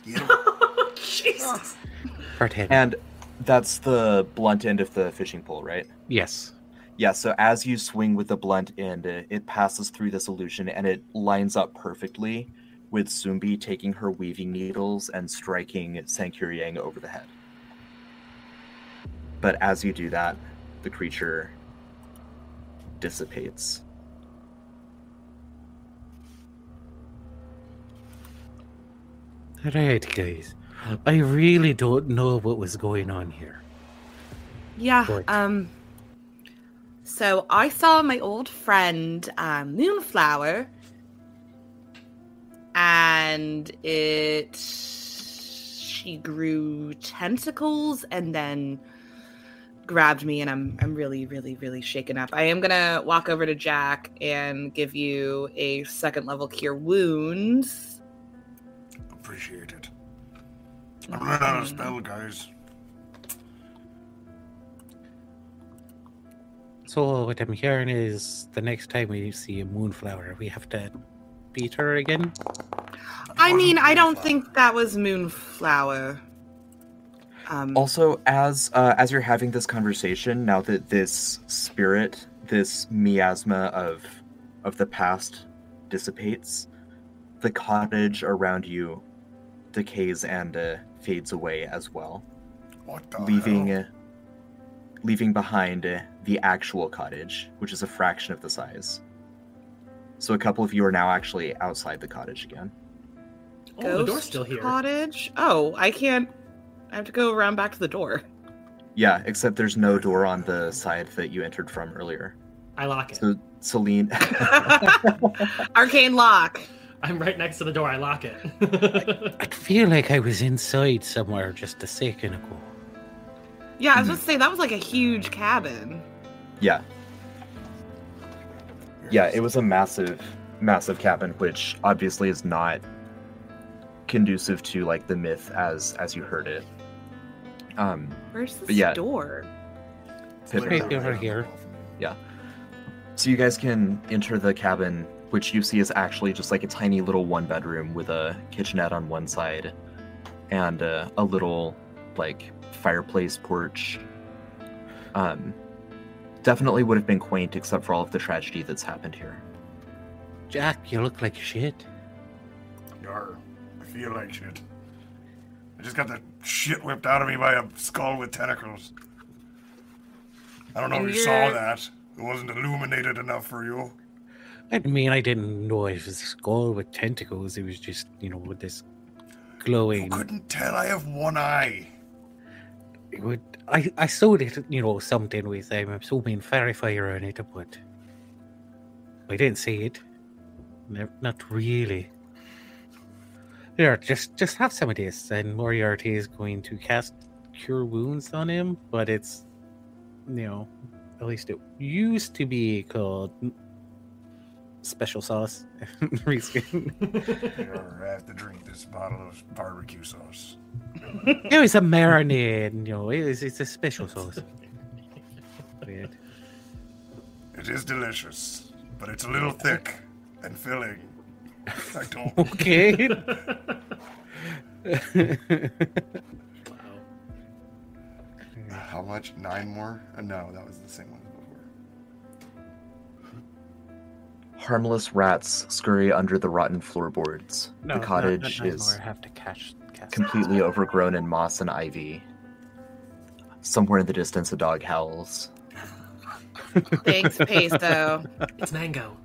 Speaker 7: Get him.
Speaker 2: Jesus.
Speaker 5: For 10.
Speaker 4: And that's the blunt end of the fishing pole, right?
Speaker 5: yes.
Speaker 4: Yeah, so as you swing with the blunt end, uh, it passes through this illusion and it lines up perfectly with Zumbi taking her weaving needles and striking Sankyuriang over the head. But as you do that, the creature dissipates.
Speaker 5: Alright, guys. I really don't know what was going on here.
Speaker 6: Yeah.
Speaker 5: Boy.
Speaker 6: Um. So I saw my old friend um, Moonflower, and it she grew tentacles and then grabbed me, and I'm I'm really really really shaken up. I am gonna walk over to Jack and give you a second level cure wounds.
Speaker 3: Appreciate it. I'm running out of spell, guys.
Speaker 5: So what I'm hearing is the next time we see a moonflower, we have to beat her again.
Speaker 6: I mean, I don't think that was Moonflower. Um,
Speaker 4: Also, as uh, as you're having this conversation, now that this spirit, this miasma of of the past dissipates, the cottage around you decays and uh, fades away as well,
Speaker 3: What the
Speaker 4: leaving
Speaker 3: hell?
Speaker 4: uh, leaving behind uh, the actual cottage, which is a fraction of the size. So a couple of you are now actually outside the cottage again.
Speaker 2: Oh, the door's still here.
Speaker 6: Cottage. Oh, I can't. I have to go around back to the door.
Speaker 4: Yeah, except there's no door on the side that you entered from earlier.
Speaker 2: I lock it.
Speaker 4: So Celine.
Speaker 6: Arcane lock.
Speaker 2: I'm right next to the door. I lock it.
Speaker 5: I feel like I was inside somewhere just a second ago.
Speaker 6: Yeah, I was
Speaker 2: Mm-hmm.
Speaker 6: just saying that was like a huge cabin.
Speaker 4: Yeah. Yeah, it was a massive, massive cabin, which obviously is not conducive to like the myth as as you heard it. Um,
Speaker 6: Where's this
Speaker 4: But yeah.
Speaker 6: door?
Speaker 4: Pippa.
Speaker 5: Right over here.
Speaker 4: so you guys can enter the cabin, which you see is actually just like a tiny little one bedroom with a kitchenette on one side, and uh, a little like fireplace porch. Um, Definitely would have been quaint except for all of the tragedy that's happened here.
Speaker 5: Jack, you look like shit.
Speaker 3: Yar, I feel like shit. I just got the shit whipped out of me by a skull with tentacles. I don't know
Speaker 6: And
Speaker 3: if you saw
Speaker 6: you're-
Speaker 3: that. It wasn't illuminated enough for you.
Speaker 5: I mean, I didn't know it was a skull with tentacles. It was just, you know, with this glowing.
Speaker 7: Mm.
Speaker 3: You couldn't tell I have one eye.
Speaker 5: It would, I, I sewed it, you know, something with um, I'm sewing verifier on it, but I didn't see it. No, not really. Here, just just have some of this, and Moriarty is going to cast Cure Wounds on him, but it's, you know, at least it used to be called Special Sauce. Reskin.
Speaker 3: Yar, I have to drink this bottle of barbecue sauce.
Speaker 5: it was a marinade, you know, it is, it's a special sauce. Weird.
Speaker 3: It is delicious, but it's a little thick and filling. I don't.
Speaker 5: Okay.
Speaker 2: Wow.
Speaker 7: How much? Nine more? Uh, No, that was the same one as before.
Speaker 4: Harmless rats scurry under the rotten floorboards. the cottage is
Speaker 5: have to catch, catch.
Speaker 4: completely overgrown in moss and ivy. Somewhere in the distance, a dog howls.
Speaker 6: Thanks, Peso.
Speaker 2: It's Mango.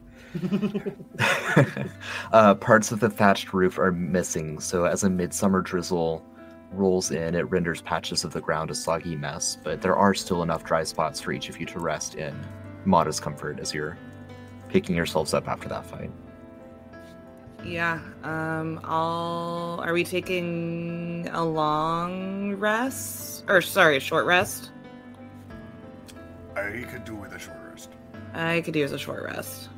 Speaker 4: uh, parts of the thatched roof are missing, so as a midsummer drizzle rolls in, it renders patches of the ground a soggy mess, but there are still enough dry spots for each of you to rest in modest comfort as you're picking yourselves up after that fight.
Speaker 6: yeah. Um. All. Are we taking a long rest? Or sorry, a short rest?
Speaker 3: I could do with a short rest.
Speaker 6: I could use a short rest.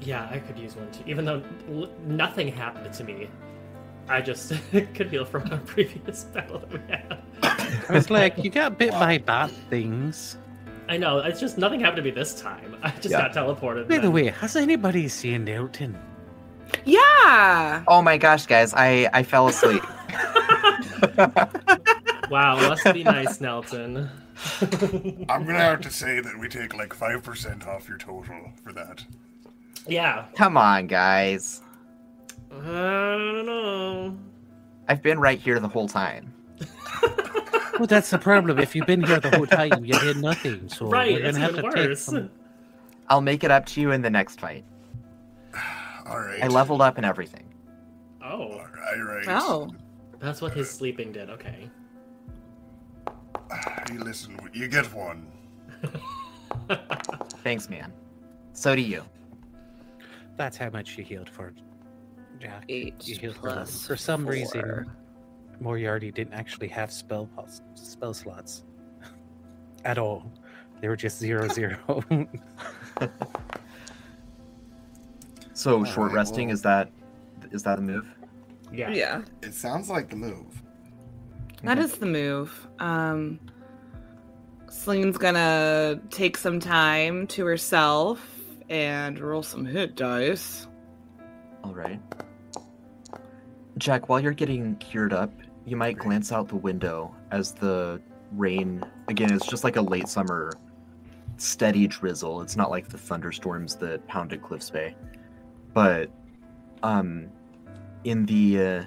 Speaker 2: Yeah, I could use one too. Even though l- nothing happened to me, I just could heal from our previous battle that we had.
Speaker 5: I was like, you got bit by bad things.
Speaker 2: I know. It's just nothing happened to me this time. I just
Speaker 4: Yeah.
Speaker 2: got teleported.
Speaker 5: By the
Speaker 2: then.
Speaker 5: way, has anybody seen Elton?
Speaker 6: Yeah.
Speaker 4: Oh my gosh, guys, I, I fell asleep.
Speaker 2: Wow, must be nice, Nelton.
Speaker 3: I'm gonna have to say that we take like five percent off your total for that.
Speaker 2: yeah. Uh,
Speaker 4: Come on, guys.
Speaker 2: I don't know.
Speaker 4: I've been right here the whole time.
Speaker 5: Well, that's the problem. If you've been here the whole time, you did nothing. So
Speaker 2: right,
Speaker 5: we're
Speaker 2: it's
Speaker 5: gonna have
Speaker 2: even
Speaker 5: to take
Speaker 2: worse.
Speaker 5: some.
Speaker 4: I'll make it up to you in the next fight.
Speaker 3: All right.
Speaker 4: I leveled up and everything.
Speaker 2: Oh,
Speaker 3: All right. all right.
Speaker 6: Oh.
Speaker 2: that's what his sleeping did. Okay.
Speaker 3: You listen. You get one.
Speaker 4: Thanks, man. So do you.
Speaker 5: That's how much you healed for, Jack.
Speaker 6: Eight
Speaker 5: You healed for nothing.
Speaker 6: plus
Speaker 5: For some
Speaker 6: four.
Speaker 5: reason, Moriarty didn't actually have spell pos- spell slots at all. They were just zero
Speaker 2: Oh,
Speaker 5: zero.
Speaker 4: So
Speaker 7: All
Speaker 4: short
Speaker 7: right,
Speaker 4: resting
Speaker 7: well-
Speaker 4: is that is that a move?
Speaker 2: Yeah.
Speaker 6: Yeah.
Speaker 7: It sounds like the move.
Speaker 6: That
Speaker 4: Mhm.
Speaker 6: is the move. Um, Sling's gonna take some time to herself and roll some hit dice.
Speaker 4: All right. Jack, while you're getting cured up, you might glance out the window as the rain again. It's just like a late summer, steady drizzle. It's not like the thunderstorms that pounded Cliffs Bay, but um, in the uh,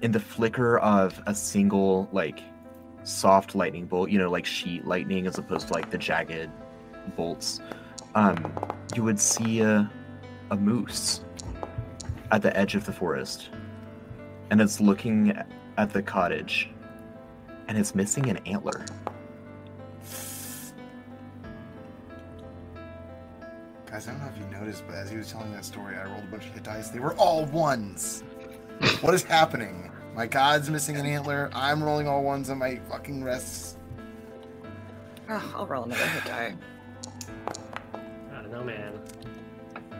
Speaker 4: in the flicker of a single like soft lightning bolt, you know, like sheet lightning as opposed to like the jagged bolts, um, you would see a, a moose at the edge of the forest and it's looking at the cottage and it's missing an antler.
Speaker 7: Guys, I don't know if you noticed, but as he was telling that story, I rolled a bunch of hit dice. They were all ones. what is happening? My god's missing an antler. I'm rolling all ones on my fucking rests.
Speaker 6: Oh, I'll roll another hit die.
Speaker 2: I don't know, man.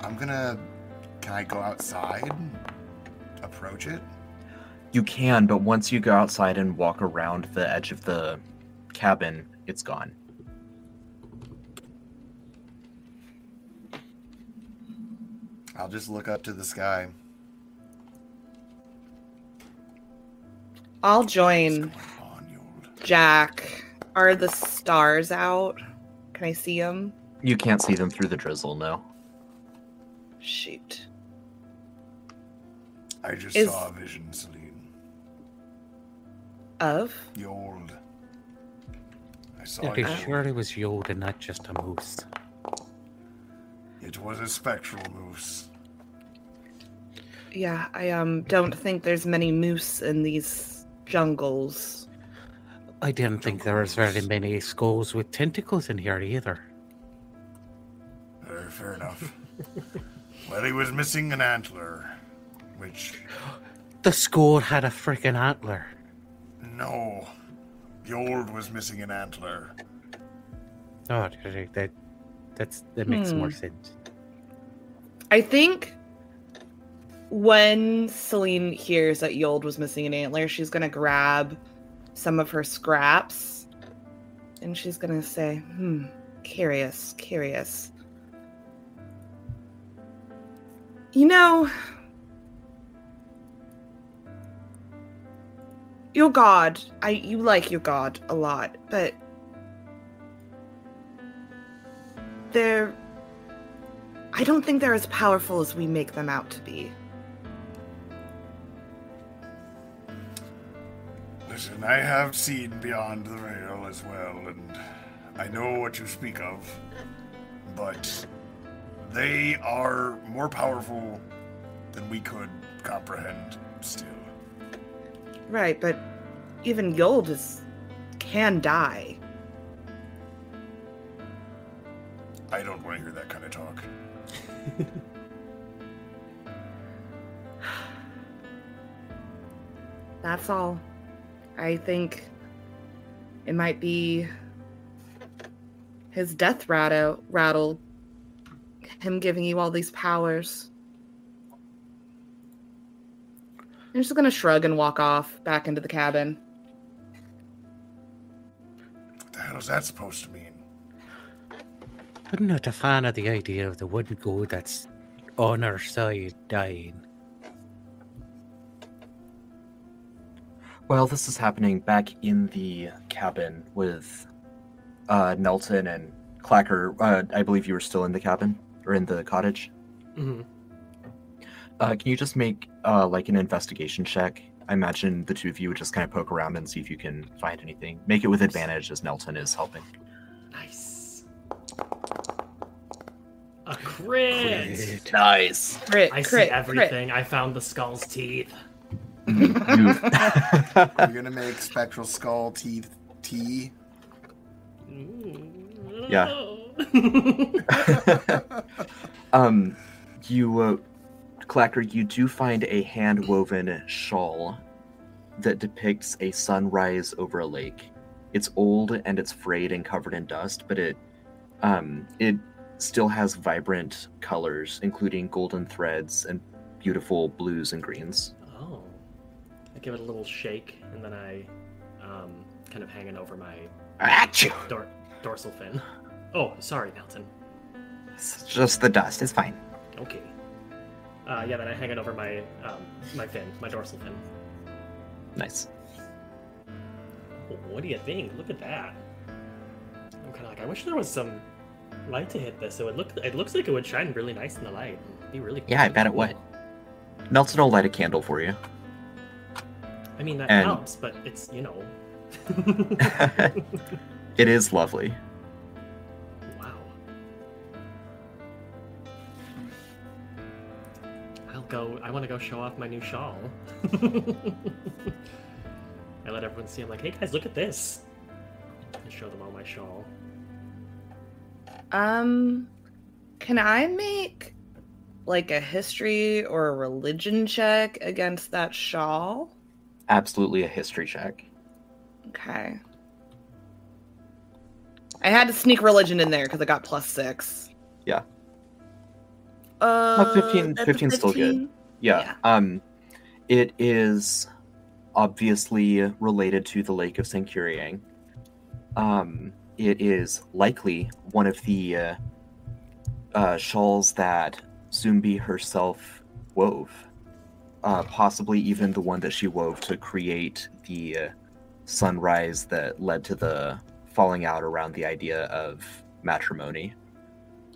Speaker 7: I'm gonna. Can I go outside? Approach it?
Speaker 4: You can, but once you go outside and walk around the edge of the cabin, it's gone.
Speaker 7: I'll just look up to the sky.
Speaker 6: I'll join
Speaker 3: On you.
Speaker 6: Mm. Jack. Are the stars out? Can I see him?
Speaker 4: You can't see them through the drizzle, no.
Speaker 6: Shoot.
Speaker 3: I just
Speaker 6: Is-
Speaker 3: saw a vision, Celine.
Speaker 6: Of?
Speaker 3: The old. I saw
Speaker 5: Pretty
Speaker 3: it.
Speaker 5: sure it was Yod and not just a moose.
Speaker 3: It was a spectral moose.
Speaker 6: Yeah, I um don't think there's many moose in these jungles.
Speaker 5: I didn't think there was very many skulls with tentacles in here either.
Speaker 3: Uh, fair enough. well, he was missing an antler, which
Speaker 5: The skull had a freaking antler.
Speaker 3: no, the old was missing an antler.
Speaker 5: Oh, that that's that makes more sense.
Speaker 6: I think when Celine hears that Yold was missing an antler, she's gonna grab some of her scraps and she's gonna say, hmm, curious, curious. You know, your god, I you like your god a lot, but there I don't think they're as powerful as we make them out to be.
Speaker 3: Listen, I have seen beyond the veil as well, and I know what you speak of, but they are more powerful than we could comprehend. Still,
Speaker 6: Right, but even Yold is can die.
Speaker 3: I don't want to hear that kind of talk.
Speaker 6: That's all. I think it might be his death rattle, rattle him giving you all these powers. I'm just gonna shrug and walk off back into the cabin.
Speaker 3: What the hell is that supposed to mean?
Speaker 5: I'm not a fan of the idea of the wooden goal that's on our side dying.
Speaker 4: While this is happening back in the cabin with uh, Nelson and Clacker, uh, I believe you were still in the cabin or in the cottage.
Speaker 2: hmm
Speaker 4: Uh, can you just make uh, like an investigation check? I imagine the two of you would just kind of poke around and see if you can find anything. Make it with advantage as Nelson is helping.
Speaker 2: Nice. A crit.
Speaker 4: Nice.
Speaker 6: Crit,
Speaker 2: I see
Speaker 6: crit, crit.
Speaker 2: everything. I found the skull's teeth.
Speaker 7: You're gonna make spectral skull teeth tea.
Speaker 2: Yeah.
Speaker 4: um, you, uh, Clacker, you do find a hand woven shawl that depicts a sunrise over a lake. It's old and it's frayed and covered in dust, but it, um, it still has vibrant colors, including golden threads and beautiful blues and greens.
Speaker 2: Oh. I give it a little shake and then I um, kind of hang it over my
Speaker 4: Achoo!
Speaker 2: dor- dorsal fin. Oh, sorry, Nelson.
Speaker 4: It's just the dust. It's fine.
Speaker 2: Okay. Uh, yeah, then I hang it over my um, my fin, my dorsal fin.
Speaker 4: Nice.
Speaker 2: Oh, what do you think? Look at that. I'm kind of like, I wish there was some light to hit this. So it look it looks like it would shine really nice in the light. It'd be really.
Speaker 4: Yeah, I bet it would. Nelson will light a candle for you.
Speaker 2: I mean, that
Speaker 4: And-
Speaker 2: helps, but it's you know.
Speaker 4: it is lovely.
Speaker 2: Wow. I'll go. I want to go show off my new shawl. I let everyone see. I'm like, hey guys, look at this. I show them all my shawl.
Speaker 6: Um, can I make like a history or a religion check against that shawl?
Speaker 4: Absolutely a history check.
Speaker 6: Okay. I had to sneak religion in there because I got plus six.
Speaker 4: Yeah.
Speaker 6: Uh,
Speaker 4: Well, 15
Speaker 6: that's a
Speaker 4: 15 's still good.
Speaker 6: 15.
Speaker 4: Yeah.
Speaker 6: Yeah.
Speaker 4: Um, it is obviously related to the Lake of Sankyuriang. Um, it is likely one of the uh, uh, shawls that Zumbi herself wove. Uh, possibly even the one that she wove to create the uh, sunrise that led to the falling out around the idea of matrimony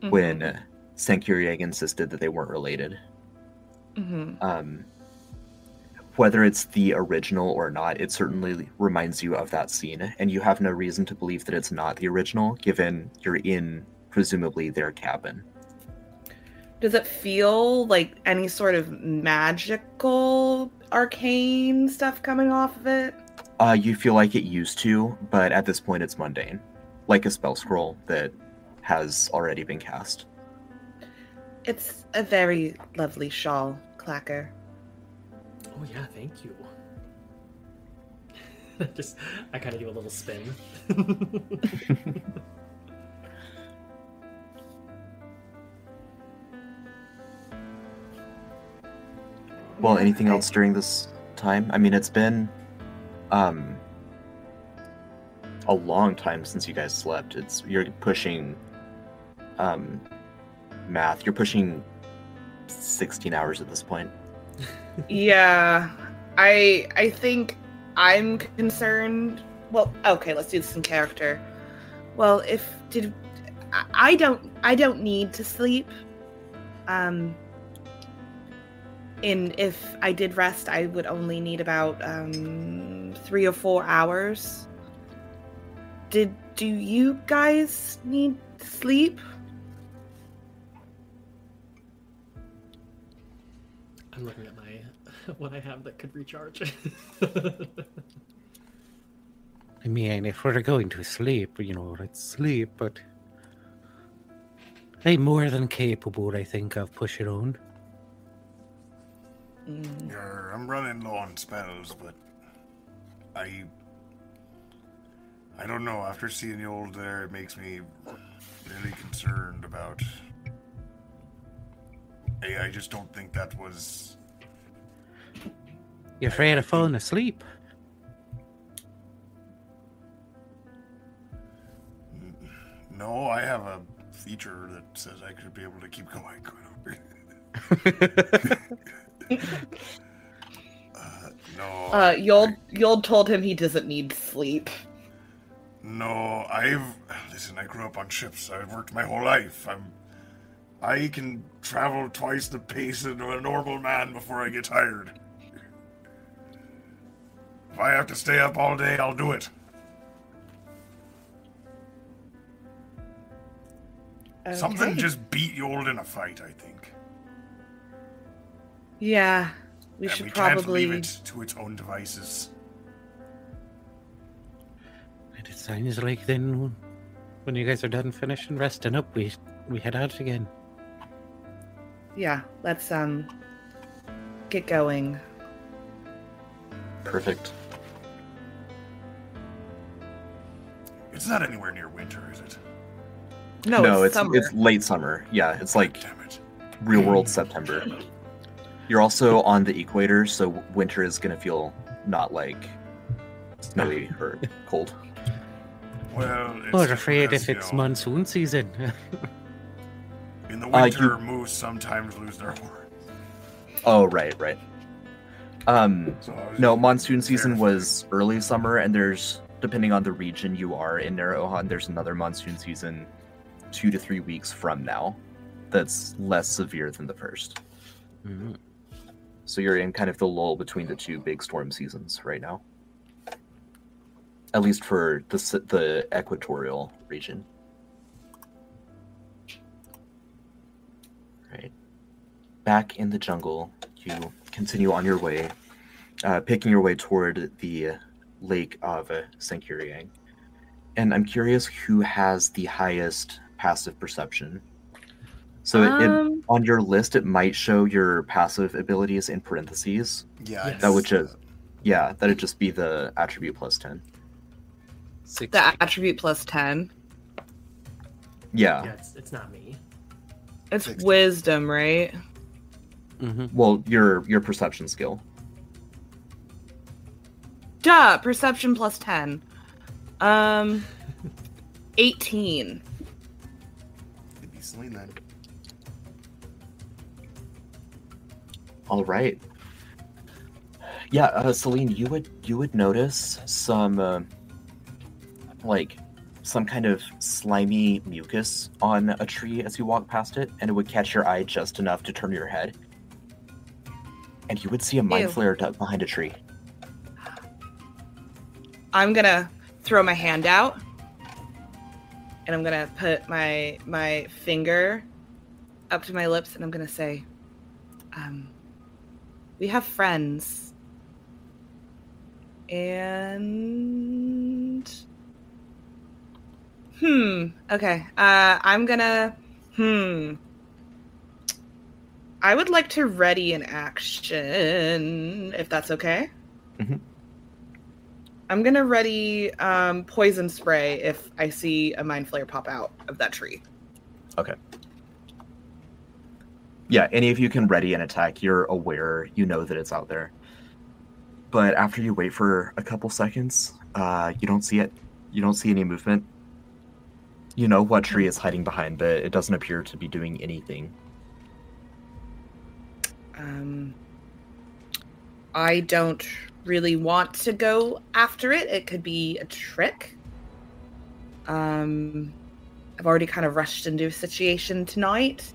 Speaker 6: Mm-hmm.
Speaker 4: when Sankyuriag insisted that they weren't related.
Speaker 6: hmm
Speaker 4: Um, whether it's the original or not, it certainly reminds you of that scene, and you have no reason to believe that it's not the original, given you're in presumably their cabin.
Speaker 6: Does it feel like any sort of magical arcane stuff coming off of it?
Speaker 4: Uh, you feel like it used to, but at this point it's mundane, like a spell scroll that has already been cast.
Speaker 6: It's a very lovely shawl, Clacker.
Speaker 2: Oh yeah, thank you. Just, I kind of do a little spin.
Speaker 4: Well,
Speaker 6: Mm,
Speaker 4: anything else during this time? I mean, it's been um a long time since you guys slept. It's you're pushing um math. You're pushing 16 hours at this point.
Speaker 6: yeah i i think i'm concerned well okay let's do this in character well if did I- i don't i don't need to sleep um and if i did rest i would only need about um three or four hours did do you guys need sleep
Speaker 2: I'm looking at my what I have that could recharge.
Speaker 5: I mean, if we're going to sleep, you know, let's sleep, but they more than capable, I think, of pushing on.
Speaker 6: Mm,
Speaker 3: Grr, Uh, I'm running low on spells, but I I don't know. After seeing the old there, it makes me really concerned about. I, I just don't think that was.
Speaker 5: You're afraid of falling asleep.
Speaker 3: No, I have a feature that says I should be able to keep going. uh, no.
Speaker 6: uh yol yol told him he doesn't need sleep
Speaker 3: No, I've listen. I grew up on ships. I've worked my whole life. I'm, I can travel twice the pace of a normal man before I get tired. If I have to stay up all day, I'll do it. Something
Speaker 6: Okay.
Speaker 3: just beat Yold in a fight. I think.
Speaker 6: Yeah, we
Speaker 3: and
Speaker 6: should
Speaker 3: we
Speaker 6: probably.
Speaker 3: can't leave it to its own devices.
Speaker 5: And it sounds like then, when you guys are done finishing resting up, we we head out again.
Speaker 6: Yeah, let's um get going.
Speaker 4: Perfect.
Speaker 3: It's not anywhere near winter, is it?
Speaker 6: No,
Speaker 4: it's
Speaker 6: it's, summer.
Speaker 4: it's late summer. Yeah, it's like
Speaker 3: Damn it!
Speaker 4: real world September. You're also on the equator, so winter is going to feel not like snowy or cold.
Speaker 3: Well, it's
Speaker 5: We're
Speaker 3: just
Speaker 5: afraid
Speaker 3: because,
Speaker 5: if
Speaker 3: you
Speaker 5: it's
Speaker 3: know,
Speaker 5: monsoon season.
Speaker 3: in the
Speaker 4: Uh, you-
Speaker 3: winter, moose sometimes lose their horns.
Speaker 4: Oh, right, right. Um
Speaker 3: So I was
Speaker 4: No,
Speaker 3: just
Speaker 4: monsoon season
Speaker 3: terrified.
Speaker 4: was early summer, and there's depending on the region you are in Narohan, there's another monsoon season two to three weeks from now that's less severe than the first.
Speaker 5: Mm.
Speaker 4: So you're in kind of the lull between the two big storm seasons right now. At least for the s- the equatorial region. Right. Back in the jungle, you continue on your way, uh, picking your way toward the lake of uh, Sankuriang. And I'm curious who has the highest passive perception. So it, it
Speaker 6: um,
Speaker 4: on your list it might show your passive abilities in parentheses
Speaker 7: Yeah, I
Speaker 2: Yes.
Speaker 4: that would
Speaker 7: noticed
Speaker 4: just yeah that'd just be the attribute plus 10
Speaker 5: Six.
Speaker 6: the attribute plus ten.
Speaker 4: yeah,
Speaker 2: yeah, it's, it's not me.
Speaker 6: It's
Speaker 7: Sixty.
Speaker 6: wisdom, right?
Speaker 5: Mhm.
Speaker 4: well your your perception skill
Speaker 6: Duh, perception plus ten. Um, eighteen.
Speaker 7: It'd be Celine then.
Speaker 4: all right yeah uh, celine you would you would notice some uh, like some kind of slimy mucus on a tree as you walk past it, and it would catch your eye just enough to turn your head. And you would see a mind
Speaker 6: Ew.
Speaker 4: flare duck behind a tree.
Speaker 6: I'm gonna throw my hand out, and I'm gonna put my my finger up to my lips, and I'm gonna say, um, "We have friends, and hmm, okay, uh, I'm gonna hmm." I would like to ready an action, if that's okay. I'm gonna ready um, poison spray if I see a mind flare pop out of that tree.
Speaker 4: Yeah, any of you can ready an attack. You're aware, you know that it's out there. But after you wait for a couple seconds, uh, you don't see it. You don't see any movement. You know what tree is hiding behind, but it doesn't appear to be doing anything.
Speaker 6: Um, I don't really want to go after it. It could be a trick. Um, I've already kind of rushed into a situation tonight.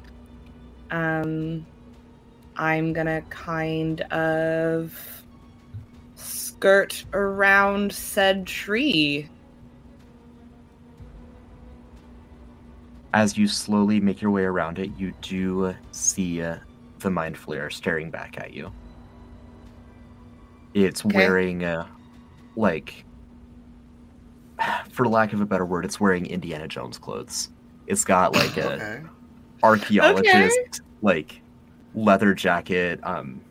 Speaker 6: Um, I'm gonna kind of skirt around said tree.
Speaker 4: As you slowly make your way around it, you do see uh, the mind flare staring back at you. It's
Speaker 6: Okay.
Speaker 4: wearing, uh, like, for lack of a better word, it's wearing Indiana Jones clothes. It's got like a
Speaker 7: Okay.
Speaker 4: archaeologist, like, leather jacket, um,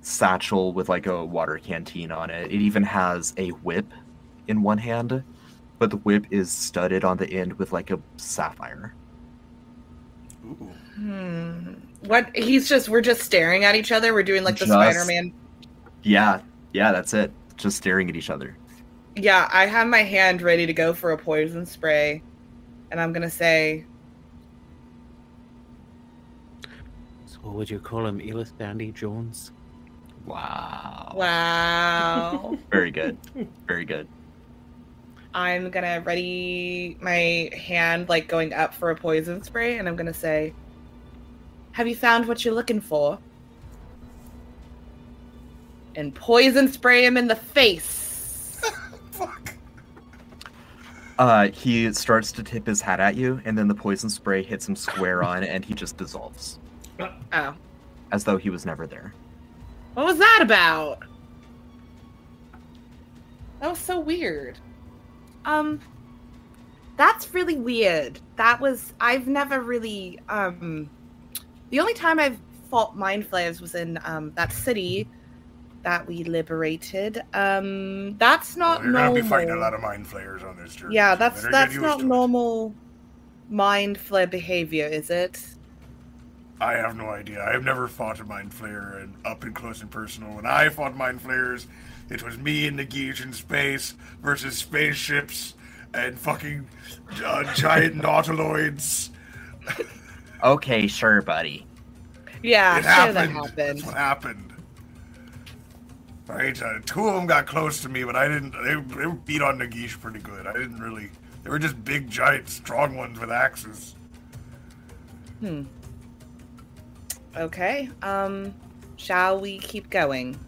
Speaker 4: satchel with like a water canteen on it. It even has a whip in one hand, but the whip is studded on the end with like a sapphire.
Speaker 7: Ooh.
Speaker 6: Hmm. What? He's just. We're just staring at each other. We're doing like the
Speaker 4: Just-
Speaker 6: Spider-Man.
Speaker 4: Yeah, yeah, that's it. Just staring at each other.
Speaker 6: Yeah, I have my hand ready to go for a poison spray, and I'm gonna say,
Speaker 5: So what would you call him, Elis Dandy Jones?
Speaker 4: Wow.
Speaker 6: "Wow!"
Speaker 4: Very good. Very good.
Speaker 6: I'm gonna ready my hand like going up for a poison spray, and I'm gonna say, "Have you found what you're looking for?" And poison spray him in the face.
Speaker 7: Fuck.
Speaker 4: Uh, he starts to tip his hat at you, and then the poison spray hits him square on, and he just dissolves
Speaker 6: Oh,
Speaker 4: as though he was never there.
Speaker 6: what was that about? That was so weird. Um that's really weird. That was I've never really um the only time I've fought mind flares was in um that city that we liberated. Um that's not
Speaker 3: Well, you're
Speaker 6: normal.
Speaker 3: gonna be fighting a lot of mind flayers on this journey.
Speaker 6: yeah,
Speaker 3: so
Speaker 6: that's
Speaker 3: better get
Speaker 6: that's
Speaker 3: used
Speaker 6: not
Speaker 3: to it.
Speaker 6: normal mind flare behavior, is it?
Speaker 3: I have no idea. I have never fought a mind flayer and up and close and personal. When I fought mind flayers, it was me in the guillotine space versus spaceships and fucking uh, giant nautiloids.
Speaker 4: Okay, sure, buddy.
Speaker 6: Yeah,
Speaker 3: it
Speaker 6: Ah, sure
Speaker 3: happened.
Speaker 6: that happened.
Speaker 3: That's what happened. Right, uh, two of them got close to me, but I didn't. They, they were beat on Nagish pretty good. I didn't really. They were just big, giant, strong ones with axes.
Speaker 6: Hmm. Okay. Um, shall we keep going?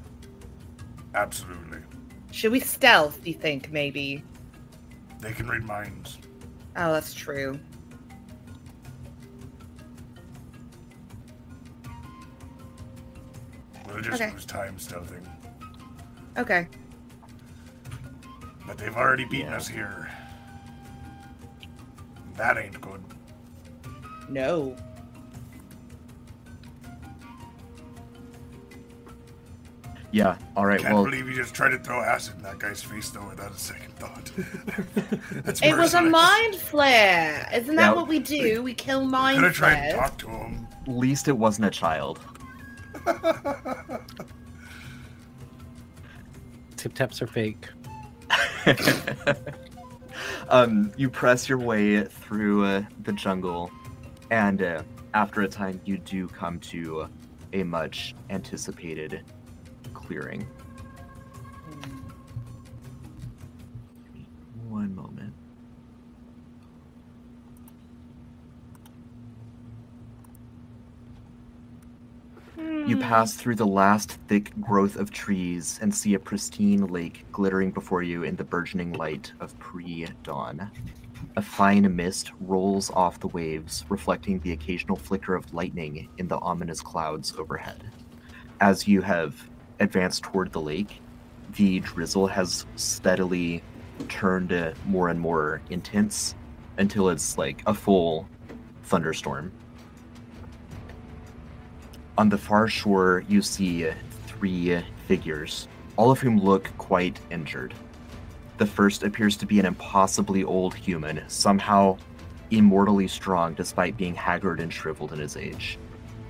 Speaker 3: Absolutely,
Speaker 6: Should we stealth? You think maybe?
Speaker 3: they can read minds.
Speaker 6: Oh, that's true.
Speaker 3: We'll just
Speaker 6: Okay.
Speaker 3: lose time stealthing.
Speaker 6: Okay.
Speaker 3: But they've already beaten
Speaker 4: Yeah.
Speaker 3: us here. That ain't good.
Speaker 6: No.
Speaker 4: Yeah. All right.
Speaker 3: Can't
Speaker 4: Well,
Speaker 3: believe you just tried to throw acid in that guy's face though without a second thought. That's
Speaker 6: It was a
Speaker 3: merciless.
Speaker 6: mind flare. Isn't that
Speaker 4: Yeah.
Speaker 6: what we do? We kill
Speaker 3: Could
Speaker 6: mind
Speaker 3: have tried to
Speaker 6: flares.
Speaker 3: talk to him.
Speaker 4: at least it wasn't a child.
Speaker 5: Tip taps are fake.
Speaker 4: um, you press your way through uh, the jungle, and uh, after a time, you do come to a much anticipated clearing. One moment. pass through the last thick growth of trees and see a pristine lake glittering before you in the burgeoning light of pre dawn. A fine mist rolls off the waves, reflecting the occasional flicker of lightning in the ominous clouds overhead. As you have advanced toward the lake, the drizzle has steadily turned uh, more and more intense until it's like a full thunderstorm. On the far shore, you see three figures, all of whom look quite injured. The first appears to be an impossibly old human, somehow immortally strong despite being haggard and shriveled in his age.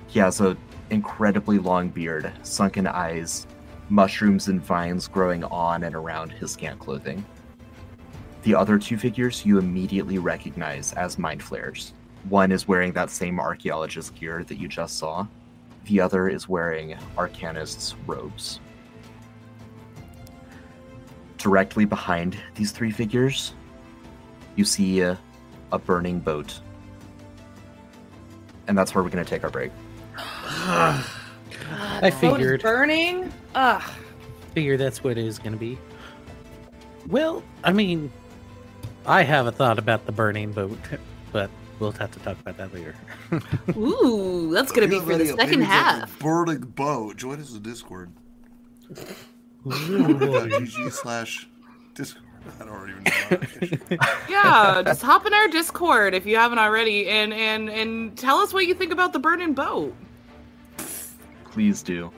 Speaker 4: He has an incredibly long beard, sunken eyes, mushrooms and vines growing on and around his scant clothing. The other two figures you immediately recognize as mind flayers. One is wearing that same archaeologist gear that you just saw. The other is wearing Arcanist's robes. Directly behind these three figures, you see a, a burning boat. And that's where we're going to take our break.
Speaker 6: God,
Speaker 5: I
Speaker 6: Ah, the phone is
Speaker 5: figured.
Speaker 6: burning. Ugh.
Speaker 5: Figure that's what it is going to be. Well, I mean, I have a thought about the burning boat, but we'll have to talk about that later.
Speaker 6: Ooh, that's gonna be
Speaker 7: You have
Speaker 6: for the
Speaker 7: any
Speaker 6: second
Speaker 7: opinions of
Speaker 6: half.
Speaker 7: Burning Bow. Join us in Discord. GG slash Discord.
Speaker 3: I don't even know. how to issue.
Speaker 6: Yeah, just hop in our Discord if you haven't already, and and and tell us what you think about the burning boat.
Speaker 4: please do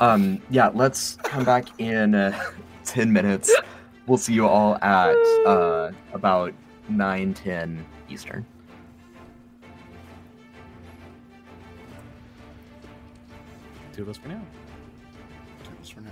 Speaker 4: um yeah let's come back in uh, 10 minutes we'll see you all at uh about nine ten eastern
Speaker 5: Toodles for now.
Speaker 7: Toodles for now.